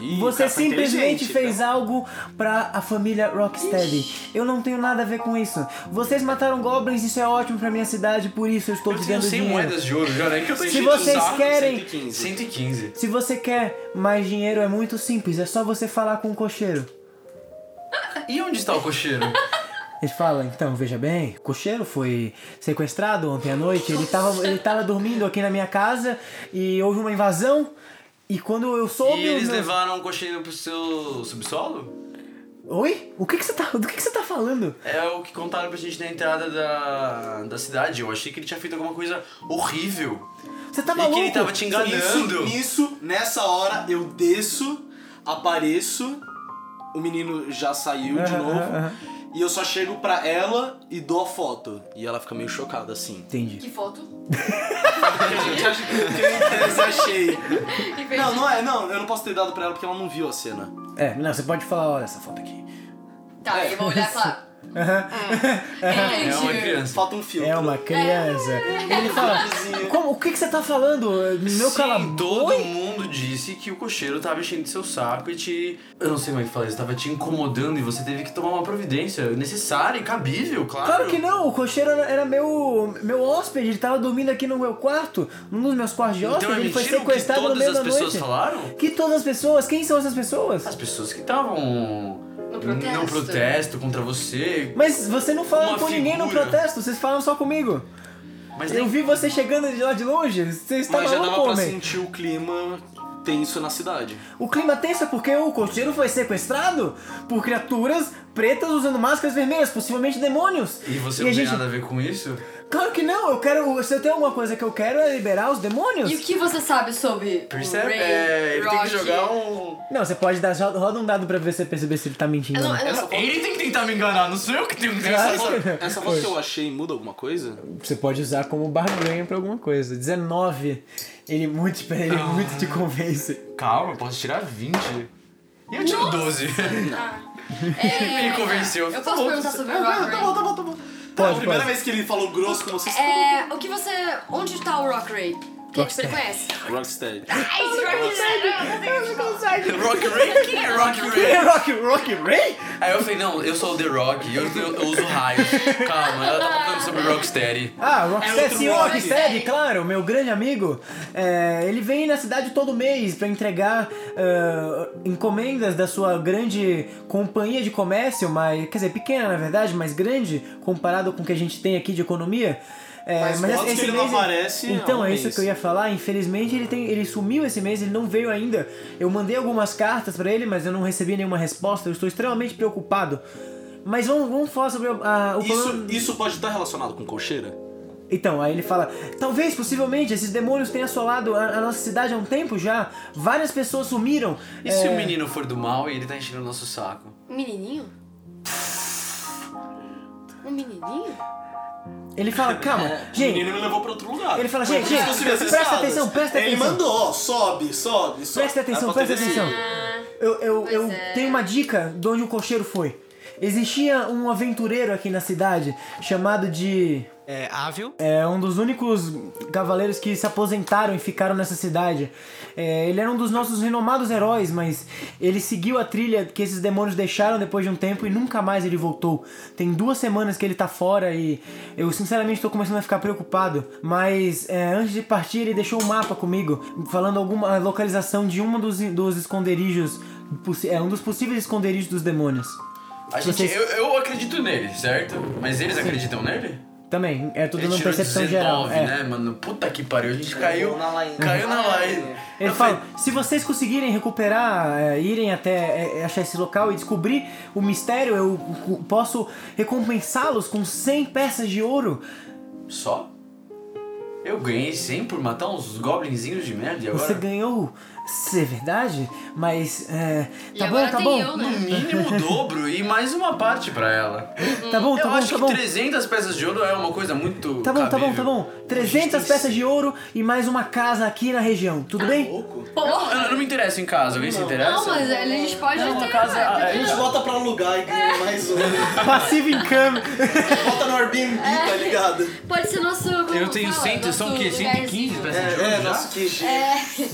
S4: Ih, o
S1: Você
S4: cara foi
S1: simplesmente
S4: inteligente,
S1: fez
S3: então.
S1: algo pra a família Rocksteady. Eu não tenho nada a ver com isso. Vocês mataram goblins, isso é ótimo pra minha cidade, por isso eu estou
S3: Eu
S1: te
S3: tenho
S1: Tá dando
S3: 100
S1: dinheiro.
S3: moedas de ouro já, né? Que eu tô
S1: Se
S3: enchendo o
S1: vocês
S3: saco.
S1: querem-
S4: 115.
S3: 115.
S1: Se você quer mais dinheiro, é muito simples. É só você falar com o cocheiro.
S3: E onde está o cocheiro?
S1: Ele fala, então, veja bem, o cocheiro foi sequestrado ontem à noite, ele tava, ele tava dormindo aqui na minha casa e houve uma invasão. E quando eu soube.
S3: E eles
S1: os meus-
S3: levaram o cocheiro pro seu subsolo?
S1: Oi? O que, que você tá. Do que, que você tá falando?
S3: É o que contaram pra gente na entrada da, da cidade. Eu achei que ele tinha feito alguma coisa horrível.
S1: Você tá
S3: e
S1: maluco?
S3: que ele tava te enganando.
S4: Nisso, nisso, nessa hora, eu desço, apareço, o menino já saiu de
S1: Aham,
S4: novo.
S1: aham.
S4: E eu só chego pra ela e dou a foto. E ela fica meio chocada, assim.
S1: Entendi.
S12: Que foto?
S3: É
S4: Porque a gente acha que eu desachei.
S12: Que fez-
S4: Não, não é, não. Eu não posso ter dado pra ela porque ela não viu a cena.
S1: É, não, você pode falar, olha essa foto aqui.
S12: Tá, eu vou olhar e falar.
S4: É uma criança. Falta um filtro.
S1: É uma criança. E ele fala, como, o que, que você tá falando? Meu
S3: Sim,
S1: calabouço.
S3: todo mundo disse que o cocheiro tava enchendo seu saco e te. Eu não sei como é que fala isso, tava te incomodando e você teve que tomar uma providência necessária e cabível, claro.
S1: Claro que não, o cocheiro era, era meu, meu hóspede, ele tava dormindo aqui no meu quarto, num dos meus quartos de
S3: Então
S1: hóspede,
S3: é
S1: ele foi
S3: mentira o que
S1: sequestrado no
S3: todas
S1: meio
S3: as
S1: da
S3: pessoas
S1: noite.
S3: falaram?
S1: Que todas as pessoas? Quem são essas pessoas?
S3: As pessoas que estavam.
S2: No protesto.
S3: Não protesto contra você.
S1: Mas você não fala
S3: Uma
S1: com ninguém no
S3: figura.
S1: protesto, vocês falam só comigo.
S3: Mas
S1: Eu
S3: nem
S1: vi você chegando de lá de longe, você está
S4: Mas já
S1: maluco,
S4: dava pra
S1: homem.
S4: sentir o clima tenso na cidade.
S1: O clima tenso é porque o cocheiro foi sequestrado por criaturas pretas usando máscaras vermelhas, possivelmente demônios.
S3: E você
S1: E
S3: não
S1: a
S3: tem
S1: gente-
S3: nada a ver com isso?
S1: Claro que não, eu quero. Se eu tenho alguma coisa que eu quero é liberar os demônios.
S12: E o que você sabe sobre o
S3: Percebe?
S12: Ray,
S3: É, ele tem
S12: Rocky?
S3: que jogar um.
S1: Não, você pode dar. Roda um dado pra você perceber se ele tá mentindo.
S2: Eu
S1: ou
S2: não,
S1: não.
S2: eu não,
S3: Ele tem que tentar me enganar, não sou eu que tenho que
S1: Claro
S3: tentar.
S1: que não.
S4: Essa voz que eu achei muda alguma coisa?
S12: é-
S1: Você pode usar como barganha pra alguma coisa. 19. Ele muito, ele
S3: Ah.
S1: muito te convence.
S3: Calma, eu posso tirar 20. E eu tiro 12. Ele me convenceu.
S12: Eu posso perguntar sobre o Rock Ray?
S4: tá bom, tá bom.
S1: Pode,
S4: a primeira
S1: pode.
S4: vez que ele falou grosso com vocês.
S12: É, o que você... Onde tá o Rock Ray? Que você conhece?
S4: Rocksteady.
S12: Ai, esse Rock Ray... Eu não consigo.
S3: Rock Ray? Quem é Rock Ray?
S1: Rock, Rock Ray?
S3: Aí eu falei, não, eu sou o The Rock, eu, eu, eu uso raios. Calma, ela tava falando sobre Rocksteady.
S1: Ah, Rocksteady,
S4: outro
S1: sim,
S4: Rock.
S1: Rocksteady, claro, meu grande amigo. É, ele vem na cidade todo mês pra entregar ah, encomendas da sua grande companhia de comércio, mas quer dizer, pequena na verdade, mas grande comparado com o que a gente tem aqui de economia. É,
S4: Mas fotos que ele não aparece
S1: Então,
S4: há um
S1: é isso
S4: mês.
S1: que eu ia falar. Infelizmente, ele, tem, ele sumiu esse mês, ele não veio ainda. Eu mandei algumas cartas pra ele, mas eu não recebi nenhuma resposta. Eu estou extremamente preocupado. Mas vamos, vamos falar sobre ah, o
S4: Isso,
S1: problema-
S4: isso pode estar relacionado com cocheira?
S1: então, aí ele fala: Talvez, possivelmente, esses demônios tenham assolado a, a nossa cidade há um tempo já. Várias pessoas sumiram.
S3: E se
S1: É.
S3: o menino for do mal e ele tá enchendo o nosso saco?
S2: um menininho? Um menininho?
S1: Ele fala: Calma,
S4: O menino
S1: gente.
S4: me levou pra outro lugar.
S1: Ele fala,
S4: Foi
S1: gente,
S4: por isso que eu subi as
S1: presta
S4: escadas.
S1: atenção, presta
S4: Ele
S1: atenção.
S4: mandou, ó, sobe, sobe, sobe.
S1: Presta atenção,
S4: Aí
S1: presta
S4: pode ter
S1: atenção.
S2: Ah,
S1: Eu, eu,
S2: Pois
S1: eu
S2: é.
S1: tenho uma dica de onde o cocheiro foi. Existia um aventureiro aqui na cidade chamado de.
S9: É, Ávio?
S1: É um dos únicos cavaleiros que se aposentaram e ficaram nessa cidade. É, ele era um dos nossos renomados heróis, mas ele seguiu a trilha que esses demônios deixaram depois de um tempo e nunca mais ele voltou. Tem duas semanas que ele tá fora e eu sinceramente tô começando a ficar preocupado. Mas é, antes de partir, ele deixou um mapa comigo, falando alguma a localização de um dos, dos esconderijos. possi- É um dos possíveis esconderijos dos demônios.
S3: A gente,
S1: Vocês-
S3: eu, eu acredito nele, certo? Mas eles acreditam nele?
S1: Também, é tudo
S3: Ele
S1: uma
S3: tirou
S1: percepção
S3: 19,
S1: geral. é.
S3: né, mano? Puta que pariu, a gente caiu.
S9: na line.
S3: Caiu na line.
S1: Ele
S3: Eu
S1: fala,
S3: falei,
S1: se vocês conseguirem recuperar, é, irem até é, achar esse local e descobrir o mistério, eu cu- posso recompensá-los com 100 peças de ouro.
S3: Só? Eu ganhei 100 por matar uns goblinzinhos de merda e
S1: Você
S3: agora?
S1: ganhou, se é verdade, mas é,
S2: E
S1: tá bom,
S2: agora
S1: tá
S2: tem
S1: bom.
S2: eu,
S3: No
S2: né?
S3: mínimo o dobro e mais uma parte pra ela.
S1: Tá bom, tá
S3: eu
S1: bom,
S3: acho
S1: tá
S3: que
S1: bom.
S3: 300 peças de ouro é uma coisa muito.
S1: Tá bom, tá bom, tá
S3: cabível.
S1: bom. 300 peças de ouro e mais uma casa aqui na região, tudo bem?
S4: Louco.
S3: Eu não, eu não me interesso em casa, alguém se interessa?
S12: Não, mas a gente pode
S3: Não,
S12: ter... né?
S3: a casa. a-
S4: A gente volta pra alugar e ganha mais um.
S1: Passivo em câmbio.
S4: Volta no Airbnb, tá ligado?
S12: Pode ser nosso...
S8: Eu tenho 100, são o quê? 115 peças de ouro
S4: É,
S8: já?
S4: nosso queijo.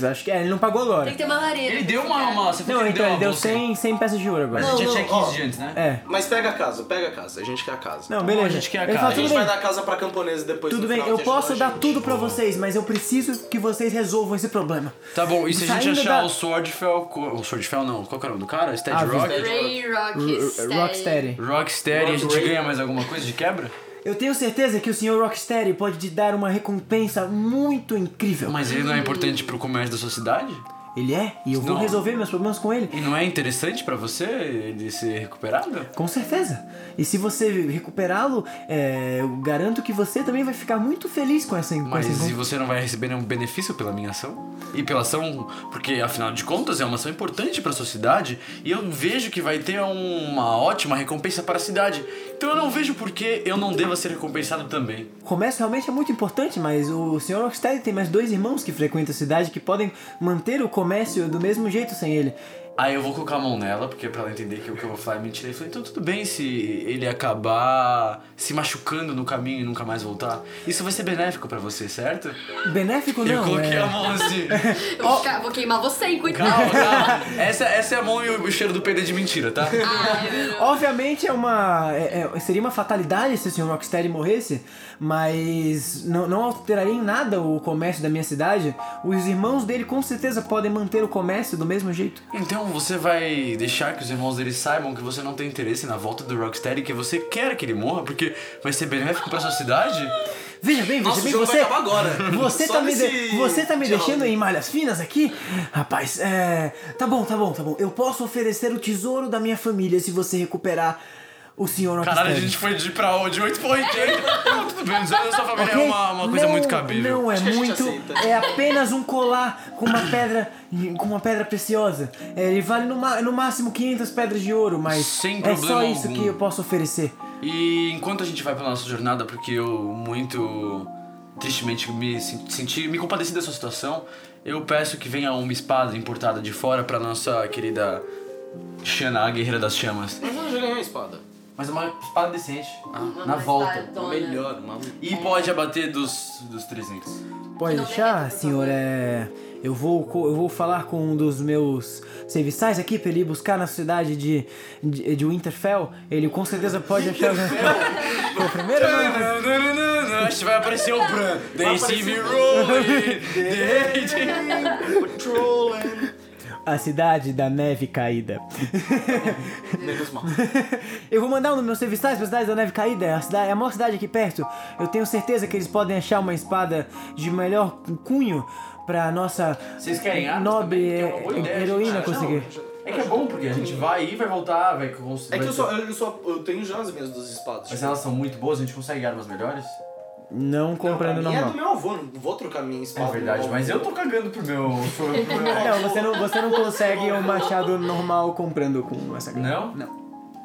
S1: Acho que é, ele não pagou agora.
S12: Tem que ter uma lareira.
S8: Ele deu uma... uma você falou
S1: Não,
S8: que
S1: então ele
S8: uma
S1: deu
S8: bolsa.
S1: 100, 100 peças de ouro agora.
S8: Mas a gente
S4: Não,
S8: já tinha
S4: não,
S8: 15
S4: ó.
S8: de antes, né?
S1: É.
S4: Mas pega a casa, pega a casa. A gente quer a casa.
S1: Não, beleza.
S8: a gente quer a
S1: ele fala,
S8: casa.
S4: a
S1: tudo
S4: gente
S1: bem.
S4: vai dar a casa pra camponesa depois
S1: Tudo
S4: no
S1: bem,
S4: final,
S1: eu
S4: que
S1: posso
S4: ajudou a
S1: dar
S4: gente.
S1: tudo pra vocês, mas eu preciso que vocês resolvam esse problema.
S3: Tá bom, e se a gente
S1: Saindo
S3: achar
S1: da-
S3: o Swordfell. co- O Swordfell não, qual que é o nome do cara? Stead
S1: Ah,
S3: Rock?
S1: Stead.
S12: Ray
S1: R-
S12: Rock
S1: Rocksteady.
S3: Rocksteady, a gente ganha mais alguma coisa de quebra?
S1: Eu tenho certeza que o Sr. Rocksteady pode te dar uma recompensa muito incrível.
S3: Mas ele não é importante pro comércio da sua cidade?
S1: Ele é, e eu vou
S3: Não.
S1: resolver meus problemas com ele.
S3: E não é interessante pra você ele ser recuperado?
S1: Com certeza. E se você recuperá-lo, é, eu garanto que você também vai ficar muito feliz com essa com esse
S3: Mas e
S1: encontro.
S3: você não vai receber nenhum benefício pela minha ação? E pela ação, porque afinal de contas é uma ação importante pra sociedade e eu vejo que vai ter uma ótima recompensa para a cidade. Então eu não vejo por que eu não deva ser recompensado também.
S1: O comércio realmente é muito importante, mas o Sr. Rocksteady tem mais dois irmãos que frequentam a cidade que podem manter o comércio do mesmo jeito sem ele.
S3: Aí eu vou colocar a mão nela, porque é pra ela entender que o que eu vou falar é mentira. Eu falei, então tudo bem se ele acabar se machucando no caminho e nunca mais voltar. Isso vai ser benéfico pra você, certo?
S1: Benéfico não,
S3: Eu coloquei
S1: é...
S3: a mão assim.
S12: Eu vou, ficar- vou queimar você enquanto
S3: Calma, calma. Essa, essa é a mão e o cheiro do peido é de mentira, tá?
S1: Obviamente é uma. é- é- seria uma fatalidade se o Sr. Rocksteady morresse, mas não, não alteraria em nada o comércio da minha cidade. Os irmãos dele com certeza podem manter o comércio do mesmo jeito.
S3: Então você vai deixar que os irmãos dele saibam que você não tem interesse na volta do Rocksteady, que você quer que ele morra, porque vai ser benéfico pra sociedade?
S1: Veja bem, veja
S3: Nossa, o
S1: bem,
S3: jogo
S1: você.
S3: vai acabar agora.
S1: Você
S3: Só
S1: tá me, de-
S3: nesse
S1: você tá me
S3: diálogo.
S1: deixando em malhas finas aqui? Rapaz, é. Tá bom, tá bom, tá bom. Eu posso oferecer o tesouro da minha família se você recuperar o Sr. Rocksteady.
S3: Caralho, a gente foi de, pra, de 8 pra 80. Não, tudo bem, mas a sua família
S1: Ok?
S3: é uma, uma coisa
S1: Não-
S3: muito cabível.
S1: Não é
S3: Acho que a gente
S1: muito.
S3: aceita.
S1: É apenas um colar com uma pedra com uma pedra preciosa. É, Ele vale no, ma- no máximo 500 pedras de ouro, mas
S3: Sem
S1: é
S3: problema
S1: só isso
S3: algum.
S1: que eu posso oferecer.
S3: E enquanto a gente vai pela nossa jornada, porque eu muito tristemente me sen- senti, me compadeci da sua situação, eu peço que venha uma espada importada de fora pra nossa querida Xana, a guerreira das chamas.
S4: Mas eu joguei uma espada.
S3: Mas é uma espada decente.
S4: Ah,
S3: na volta.
S4: Melhor, mano.
S3: E pode abater dos, dos 300.
S1: Pode deixar, ah, senhor. É, eu vou co- eu vou falar com um dos meus serviçais aqui pra ele ir buscar na cidade de, de, de Winterfell. Ele com certeza pode achar. Foi o primeiro né? nome.
S3: Acho que vai aparecer o Bran. They see me rolling. They-
S1: A cidade da neve caída.
S4: Menos mal.
S1: Eu vou mandar um dos meus serviçais pra cidade da neve caída. É a, cidade, é a maior cidade aqui perto. Eu tenho certeza que eles podem achar uma espada de melhor cunho pra nossa
S3: Vocês querem armas
S1: nobre
S3: também? Que é uma boa
S1: eh,
S3: ideia,
S1: heroína
S3: gente.
S1: conseguir.
S3: É que é bom porque a gente vai ir, vai voltar, vai
S4: É
S3: conseguir.
S4: que eu só, eu só. Eu tenho já as minhas duas espadas.
S3: Mas elas são muito boas, a gente consegue armas melhores?
S1: Não
S4: Pra
S1: comprando
S4: mim é
S1: normal.
S4: do meu avô, não vou trocar minha espada.
S3: É verdade,
S4: do meu
S3: mas eu
S4: avô.
S3: tô cagando pro meu. pro meu-
S1: Não, você não, você não consegue um machado normal comprando com essa grana.
S3: Não? Não.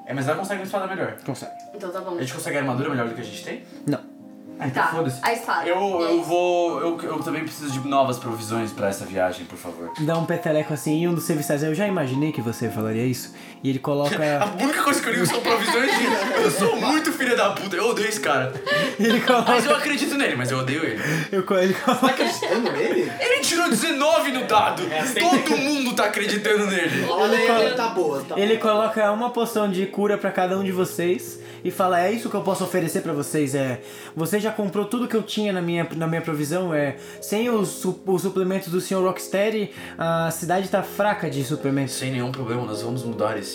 S3: É, mas ela consegue uma espada melhor.
S1: Consegue.
S12: Então tá bom.
S3: A gente consegue armadura melhor do que a gente tem?
S1: Não.
S3: Ah, então
S12: Tá,
S3: foda-se.
S12: a espada.
S3: Eu,
S12: E aí?
S3: eu vou. Eu, eu também preciso de novas provisões pra essa viagem, por favor.
S1: Dá um peteleco assim e um dos serviçais. Eu já imaginei que você falaria isso. E ele coloca.
S3: única coisa que eu ligo são provisões de. Eu sou muito filha da puta, eu odeio esse cara.
S1: ele
S3: Mas
S1: coloca.
S3: eu acredito nele, mas eu odeio ele.
S1: eu co- Ele coloca.
S4: Acreditando nele?
S3: Ele tirou 19 no dado! Todo mundo tá acreditando nele!
S4: Olha aí, tá boa, tá
S1: Ele coloca uma poção de cura pra cada um de vocês e fala: "É isso que eu posso oferecer pra vocês, é. Você já comprou tudo que eu tinha na minha na minha provisão, é. Sem os, su- os suplementos do Sr. Rocksteady, a cidade tá fraca de suplementos.
S3: Sem nenhum problema, nós vamos mudar esse.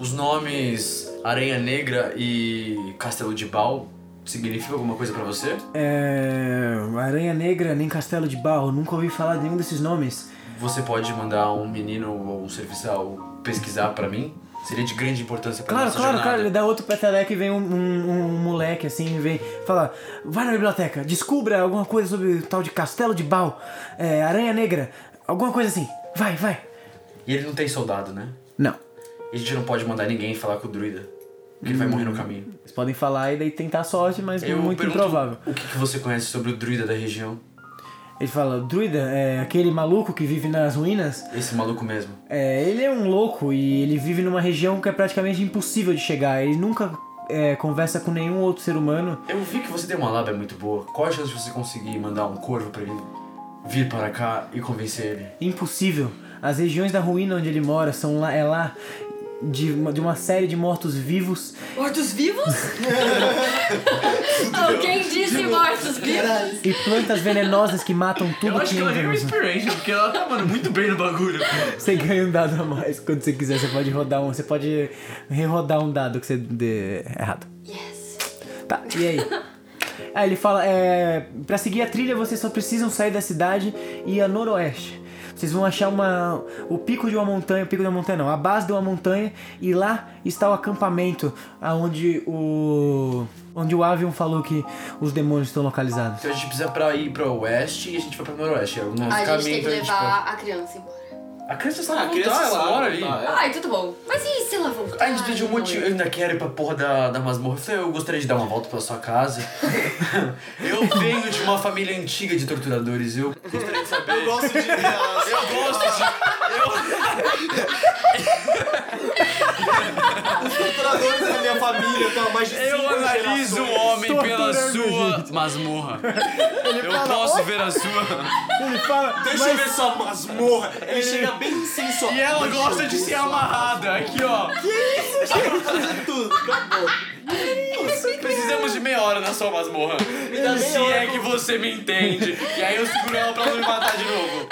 S3: Os nomes Aranha Negra e Castelo de Bal significam alguma coisa pra você?
S1: É, Aranha Negra, nem Castelo de Barro, nunca ouvi falar de nenhum desses nomes.
S3: Você pode mandar um menino ou um serviçal pesquisar pra mim? Seria de grande importância pra
S1: Claro,
S3: nossa
S1: claro,
S3: jornada.
S1: claro, ele dá outro peteleco e vem um, um- um moleque assim, vem fala, vai na biblioteca, descubra alguma coisa sobre o tal de Castelo de Bal, é, Aranha Negra, alguma coisa assim. Vai, vai.
S3: E ele não tem soldado, né?
S1: Não.
S3: E a gente não pode mandar ninguém falar com o druida. Porque ele vai morrer no caminho.
S1: Vocês podem falar e daí tentar a sorte, mas
S4: É
S3: Eu
S1: muito
S3: pergunto
S1: improvável.
S3: O que, que você conhece sobre o druida da região?
S1: Ele fala, druida, é aquele maluco que vive nas ruínas,
S3: Esse maluco mesmo.
S1: é, ele é um louco e ele vive numa região que é praticamente impossível de chegar. Ele nunca é, conversa com nenhum outro ser humano.
S3: Eu vi que você tem uma lábia muito boa. Qual a chance de você conseguir mandar um corvo pra ele vir para cá e convencer ele?
S1: Impossível. As regiões da ruína onde ele mora são lá, é lá de uma, de uma série de mortos-vivos.
S12: Mortos-vivos? Alguém disse mortos-vivos?
S1: E plantas venenosas que matam tudo
S11: Eu acho que ela
S1: entra
S11: ganhou
S1: nos-
S11: Inspiration, porque ela tá, mano, muito bem no bagulho.
S1: Você ganha um dado a mais quando você quiser. Você pode rodar um. Você pode rerodar um dado que você dê errado. Yes. Tá, e aí? Aí ele fala: é, pra seguir a trilha vocês só precisam sair da cidade e ir a noroeste. Vocês vão achar uma, o pico de uma montanha, o pico da montanha não, a base de uma montanha e lá está o acampamento aonde o onde o Avion falou que os demônios estão localizados.
S3: Então a gente precisa pra ir pro oeste e a gente vai pro noroeste. É o nosso
S12: a
S3: caminho.
S12: gente tem que
S3: então a gente
S12: levar a criança embora.
S3: pode- A criança está
S4: Ah,
S3: na
S4: a criança
S3: Tá, ela
S4: sabe é.
S3: mora ali.
S4: voltar, é.
S12: Ai, tudo bom. Mas e se ela voltar?
S3: A gente pediu um monte. Eu ainda quero ir pra porra da, da masmorra. Eu falei, eu gostaria de dar uma volta pela sua casa. eu venho de uma família antiga de torturadores. Eu gostaria de saber.
S4: Eu gosto de.
S3: Eu gosto
S4: Os torturadores da minha família estão há mais de
S3: de. Eu
S4: cinco
S3: analiso o
S4: gerações.
S3: homem pela
S1: Torturando,
S3: sua masmorra. eu
S1: fala,
S3: posso ver a sua.
S1: Ele fala,
S4: Deixa eu ver sua masmorra. Ele chega bem sensual.
S3: E ela gosta de ser amarrada. Aqui, ó.
S4: Tudo, acabou.
S3: Precisamos de meia hora na sua masmorra. Se é que você me entende. E aí eu seguro ela pra ela não me matar de novo.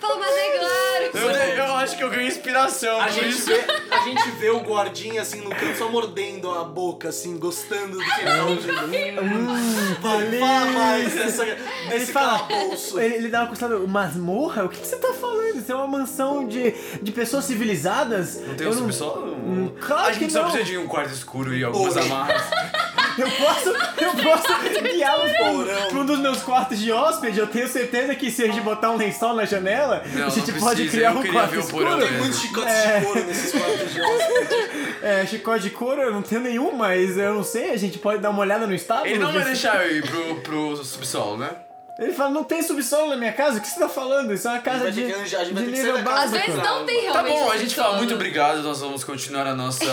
S12: Fala, mas é claro.
S3: Eu, eu acho que eu ganhei inspiração.
S4: A
S3: por
S4: gente,
S3: isso.
S4: vê, a gente vê o guardinha assim no canto, só mordendo a boca, assim, gostando do que ele tá ouvindo. Hum, Vai, fala mais dessa,
S1: Ele
S4: desse
S1: fala,
S4: calabouço.
S1: ele, ele dá uma costada, masmorra? O que, que você tá falando? Isso é uma mansão de, de pessoas civilizadas?
S3: Não tem
S1: Eu
S3: um subsolo?
S1: Hum, claro
S3: a gente
S1: que
S3: só
S1: não.
S3: precisa de um quarto escuro e algumas
S4: Ou-
S3: amarras.
S1: Eu posso, eu posso guiá-los pra, pra um dos meus quartos de hóspede. Eu tenho certeza que se a gente botar um lençol na janela,
S3: Não,
S1: a gente
S3: não
S1: pode
S3: precisa,
S1: criar
S3: eu
S1: um
S3: queria
S1: quarto
S3: ver o
S1: escuro.
S3: porão
S4: Tem muitos chicotes
S3: É.
S4: de couro nesses quartos de hóspede.
S1: É, chicote de couro eu não tenho nenhum, mas eu não sei, a gente pode dar uma olhada no estábulo.
S3: Ele não vai
S1: ver se-
S3: deixar eu ir pro, pro subsolo, né?
S1: Ele fala, não tem subsolo na minha casa? O que você tá falando? Isso é uma casa
S4: vai
S1: de,
S4: ter que arranjar, a gente vai
S1: de
S4: ter que
S1: nível
S4: sair da casa
S1: básico.
S12: Às vezes não tem
S3: Tá
S12: realmente.
S3: bom, a gente fala
S12: funciona.
S3: muito obrigado, nós vamos continuar a nossa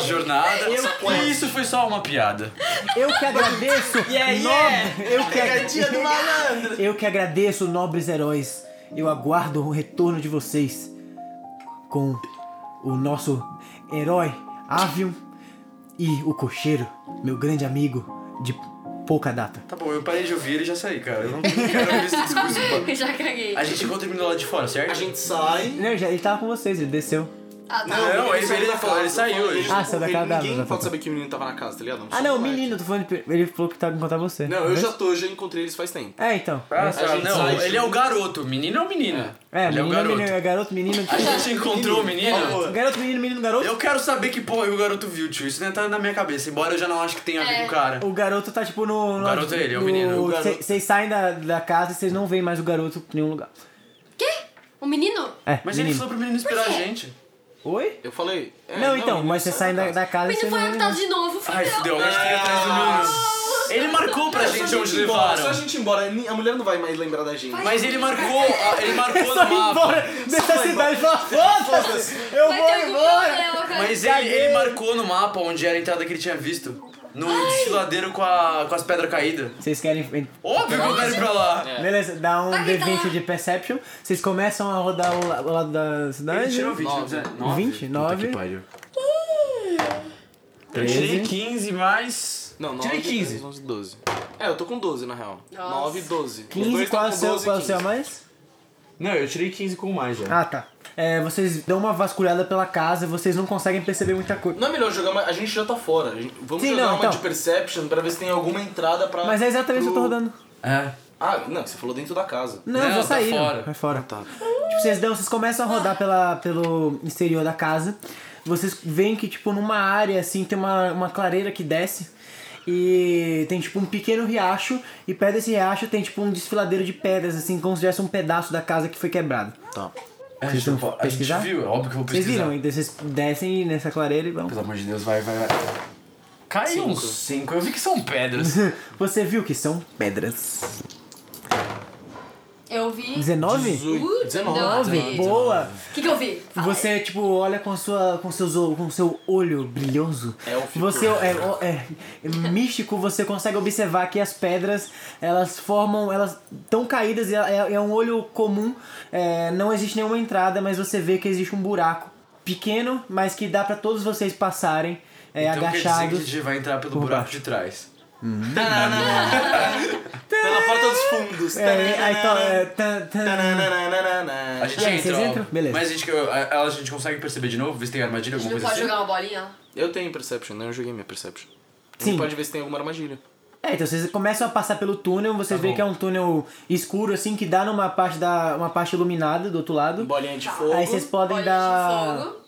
S3: jornada. E isso foi só uma piada.
S1: Eu que agradeço, nobre-
S3: é
S1: eu, que agra- eu que agradeço, nobres heróis. Eu aguardo o retorno de vocês com o nosso herói Avion e o cocheiro, meu grande amigo de pouca data.
S3: Tá bom, eu parei de ouvir e já saí, cara. Eu não quero ouvir esse discurso.
S12: Eu já caguei.
S3: A gente encontra o menino lá de fora, certo?
S4: A gente sai.
S1: Não, já- ele tava com vocês, ele desceu.
S12: Ah, tá.
S3: Não, ele,
S4: saiu
S3: ele,
S4: da
S3: falou, ele
S4: casa,
S3: saiu
S4: ele-
S3: hoje.
S1: Ah, saiu da
S4: ele-
S1: casa da-
S4: Ninguém
S1: da-
S4: pode
S1: da-
S4: saber que o menino tava na casa, tá ligado?
S1: Ah,
S4: só
S1: não,
S4: o
S1: o
S4: moleque.
S1: menino, tô falando de- ele falou que tava encontrar você.
S4: Não, eu já tô, já encontrei eles faz tempo.
S1: É, então.
S3: Ah,
S4: A
S3: tá,
S4: gente
S3: não,
S4: sai.
S3: ele é o garoto. Menino é o menino.
S1: É,
S3: ele é o
S1: menino,
S3: garoto.
S1: menino, é garoto, menino.
S3: A gente encontrou o menino.
S1: Garoto, menino, menino, garoto.
S3: Eu quero saber que porra que o garoto viu, tio. Isso não tá na minha cabeça, embora eu já não acho que tenha a ver
S4: É.
S3: com o cara.
S1: O garoto tá tipo no. no-
S3: garoto é ele, é o menino,
S1: no-
S3: o garoto.
S1: cê- Vocês saem da, da casa e vocês não veem mais o garoto em nenhum lugar.
S12: O Um menino?
S1: É,
S3: Mas ele
S1: menino.
S3: falou pro menino esperar
S4: é.
S3: a gente.
S1: Oi?
S4: Eu falei. é,
S1: não, então,
S4: menino, tá.
S1: mas vocês
S4: sai
S1: saem da, da
S12: O
S1: casa e
S12: menino
S1: vocês
S12: foi
S1: não veem.
S12: raptado de novo.
S3: é um Ai,
S12: fudeu.
S3: fudeu, agora a gente tem que ir atrás do menino. Ele marcou pra gente
S4: Se a
S3: onde
S4: gente ir embora,
S3: levaram.
S4: se a gente ir embora, a mulher não vai mais lembrar da gente.
S3: Mas ele marcou, ah, ele marcou
S1: Só
S3: no
S1: ir
S3: mapa.
S1: embora dessa cidade e fala, foda-se! Eu
S12: Vai
S1: vou
S12: ter algum
S1: embora!
S12: problema, cara.
S3: Mas ele, ele marcou no mapa onde era a entrada que ele tinha visto. No desfiladeiro com, a, com as pedras caídas.
S1: Vocês querem.
S3: Óbvio que eu quero ir pra lá.
S4: É.
S1: Beleza, dá um
S12: Vai
S1: D20
S12: gritar.
S1: de Perception. Vocês começam a rodar o, la- o lado da cidade.
S3: Tirou 20,
S4: Nove.
S3: 19.
S1: 20, 9.
S3: Eu tirei 15, mas...
S4: Não, 9,
S3: Tirei 15.
S4: 10, 11, 12. É, eu tô com 12 na real. 9, 12. Os
S1: 15,
S4: dois
S1: qual é o
S4: tão com
S1: seu,
S4: 12 e
S1: qual é o seu a
S4: 15.
S1: mais?
S3: Não, eu tirei 15 com mais já.
S1: Ah, tá. É, vocês dão uma vasculhada pela casa, vocês não conseguem perceber muita coisa.
S4: Não é melhor jogar, mas a gente já tá fora. A gente- vamos
S1: Sim,
S4: jogar
S1: não,
S4: uma
S1: então.
S4: de Perception pra ver se tem alguma entrada pra.
S1: Mas é exatamente o que eu tô
S4: pro-
S1: rodando.
S3: É.
S4: Ah, não, você falou dentro da casa.
S1: Não,
S3: Não,
S1: eu vou
S3: tá
S1: sair.
S3: fora.
S1: Vai fora. Tipo, vocês, dão, vocês começam a rodar pela, pelo exterior da casa. Vocês veem que, tipo, numa área, assim, tem uma, uma clareira que desce. E tem, tipo, um pequeno riacho. E perto desse riacho tem, tipo, um desfiladeiro de pedras, assim, como se tivesse um pedaço da casa que foi quebrado.
S3: É, a gente,
S1: Vocês
S3: não
S1: vão
S3: pode- a gente
S1: pesquisar?
S3: viu, é óbvio que eu vou
S1: Vocês
S3: pesquisar.
S1: viram? Então vocês descem nessa clareira e vão.
S3: Pelo amor de Deus, vai, vai, vai. Caiu uns 5, eu vi que são pedras.
S1: Você viu que são pedras.
S12: Eu vi.
S1: 19?
S4: 18, 19.
S12: 19.
S1: Boa!
S12: O que, que eu vi? Fala.
S1: Você, tipo, olha com sua, com seus, o- com seu olho brilhoso.
S4: Élfico.
S1: Você é, ó, é, é místico, você consegue observar que as pedras, elas formam, elas estão caídas e é, é um olho comum. é, não existe nenhuma entrada, mas você vê que existe um buraco pequeno, mas que dá pra todos vocês passarem é,
S3: então quer dizer que a
S1: agachados.
S3: gente vai entrar pelo
S1: Por
S3: buraco
S1: baixo.
S3: de trás.
S4: Pela porta dos fundos.
S1: É, aí to- é, tan- tan-
S3: A gente
S1: E aí,
S3: entra,
S1: É, vocês
S3: ó.
S1: entram? Beleza.
S3: Mas a gente, a, a gente consegue perceber de novo, ver se tem armadilha,
S12: A
S3: alguma
S12: gente não
S3: coisa
S12: pode
S3: assim.
S12: jogar uma bolinha?
S4: Eu tenho Perception, né? Eu joguei minha Perception. A
S1: Sim.
S4: gente pode ver se tem alguma armadilha.
S1: É, então vocês começam a passar pelo túnel, vocês
S3: Tá
S1: veem que é um túnel escuro, assim, que dá numa parte da. uma parte iluminada do outro lado.
S4: Bolinha de fogo.
S1: Aí vocês podem
S4: Bolinha
S1: dar.
S4: de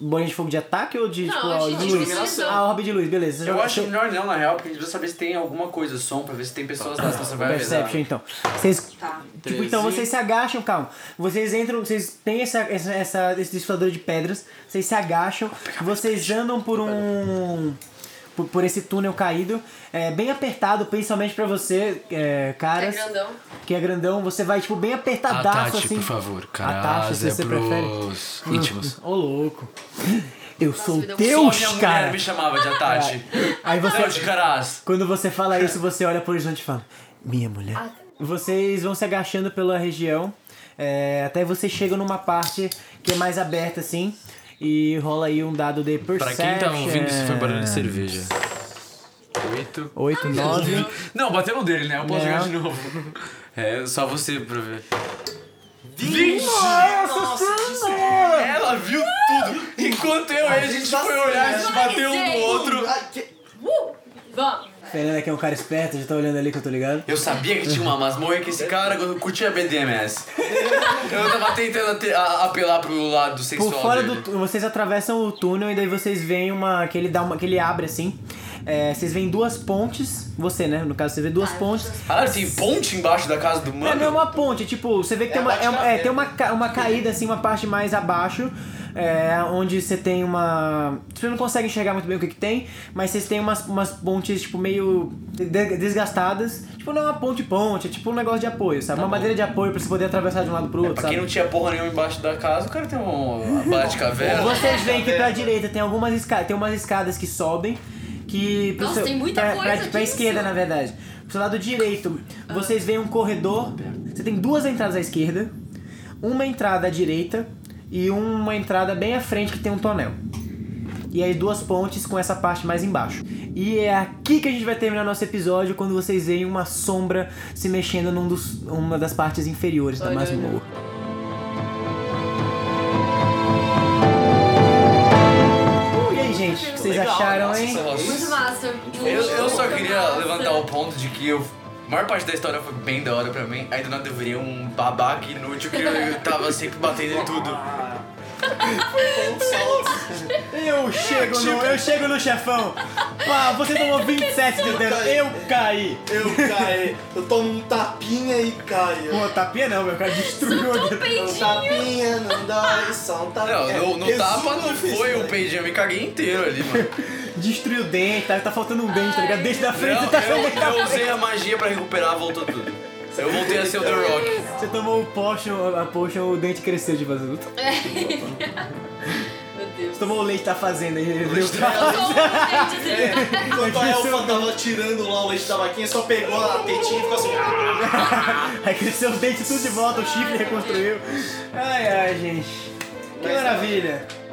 S1: Bolinha de fogo de ataque ou de,
S4: Não,
S1: tipo,
S4: a
S1: a
S4: gente
S1: de luz?
S4: iluminação.
S1: A orbe de luz, beleza. Você
S3: Eu
S1: joga-
S3: acho melhor não, na real, porque a gente precisa saber se tem alguma coisa, som, pra ver se tem pessoas lá, senão você vai
S1: Perception, então. Vocês.
S12: Tá. É
S1: Tipo, então vocês se agacham, calma. Vocês entram, vocês têm essa, essa, essa- esse desfilador de pedras, vocês se agacham, vocês andam por um. Por, por esse túnel caído, é bem apertado, principalmente pra você, é, caras.
S2: Que é grandão.
S1: Que é grandão, você vai, tipo, bem apertadaço assim.
S3: Ah, favor,
S1: A taxa, se você prefere. Ô, louco. Eu sou
S3: Só
S1: Deus,
S3: minha mulher
S1: cara.
S3: me chamava de Atachi.
S1: Aí você-
S3: Deus de Caraz.
S1: Quando você fala isso, você olha pro horizonte e fala: Minha mulher. Vocês vão se agachando pela região. é, até você chega numa parte que é mais aberta assim. E rola aí um dado de
S3: Pra
S1: perception.
S3: quem tá ouvindo, isso foi barulho de cerveja. Oito.
S1: Oito, nove.
S3: Não, bateu no dele, né? Eu posso
S1: Não.
S3: jogar de novo. É, só você pra ver.
S4: Vinte! Nossa,
S3: Ela viu tudo! Enquanto eu e a gente tá foi olhar, a gente bateu um no outro.
S12: Uh, vamos.
S1: Fernanda, que é um cara esperto, já tá olhando ali que eu tô ligado.
S3: Eu sabia que tinha uma masmorra que esse cara curtia BDMS. Eu tava tentando ate- a- apelar pro lado sexual
S1: Por fora
S3: dele.
S1: do tu- vocês atravessam o túnel e daí vocês veem uma que ele dá uma que ele abre assim. É, vocês veem duas pontes, você né, no caso você vê duas pontes.
S3: Caralho, tem ponte embaixo da casa do
S1: É,
S3: mano?
S1: não é uma ponte, tipo, você vê que tem, uma, é uma, é, tem uma, ca- uma caída, assim, uma parte mais abaixo, é, onde você tem uma. Você não consegue enxergar muito bem o que, que tem, mas vocês têm umas, umas pontes, tipo, meio de- desgastadas. Tipo, não é uma ponte-ponte, é tipo um negócio de apoio, sabe? uma madeira de apoio pra você poder atravessar de um lado pro outro,
S3: Tá É, Pra
S1: sabe?
S3: quem não tinha porra nenhuma embaixo da casa, o cara tem uma uma bala de caverna.
S1: É, Vocês veem que
S3: É.
S1: pra direita tem algumas escadas, tem umas escadas que sobem, que pro
S12: Nossa,
S1: seu-
S12: tem muita
S1: pra,
S12: coisa
S1: pra- pra
S12: disso. Ah.
S1: esquerda, na verdade. Pro seu lado direito, vocês veem um corredor. Você tem duas entradas à esquerda, uma entrada à direita e uma entrada bem à frente que tem um tonel. E aí duas pontes com essa parte mais embaixo. E é aqui que a gente vai terminar nosso episódio quando vocês veem uma sombra se mexendo num dos, uma das partes inferiores da masmorra. Uh, e aí, gente, o que vocês
S3: Legal,
S1: acharam,
S3: nossa, é
S1: hein?
S3: essa-
S12: Muito massa. Muito
S3: Eu, eu só
S12: massa.
S3: queria levantar o ponto de que eu, a maior parte da história foi bem da hora pra mim. Aí do nada eu virei um babaca inútil que eu tava sempre batendo em tudo.
S1: Eu chego no, eu chego no chefão. Ah, você tomou 27 de dano. Eu caí.
S4: Eu caí. Eu tomo um tapinha e caio.
S1: Pô, tapinha não, meu cara destruiu a
S4: Um tapinha não dói, só um tapinha.
S3: Não, no, no
S4: Resumo
S3: tapa não
S4: difícil,
S3: foi
S4: né?
S3: o peidinho, eu me caguei inteiro ali, mano.
S1: Destruiu o dente, tá, tá faltando um dente, tá ligado? Dente da frente,
S3: Não,
S1: tá faltando dente da
S3: eu, eu usei a magia pra recuperar, voltou tudo. Eu voltei a ser o The Rock.
S1: Você tomou o potion, a potion, o dente cresceu de
S12: Meu
S1: vazio.
S12: Deus.
S1: Você tomou o leite da fazenda e ele deu É,
S4: Enquanto a elfa tava tirando lá o leite da vaquinha, só pegou a tetinha e ficou assim.
S1: Aí cresceu o dente tudo de volta, o chifre reconstruiu. Ai, ai, gente. Que maravilha.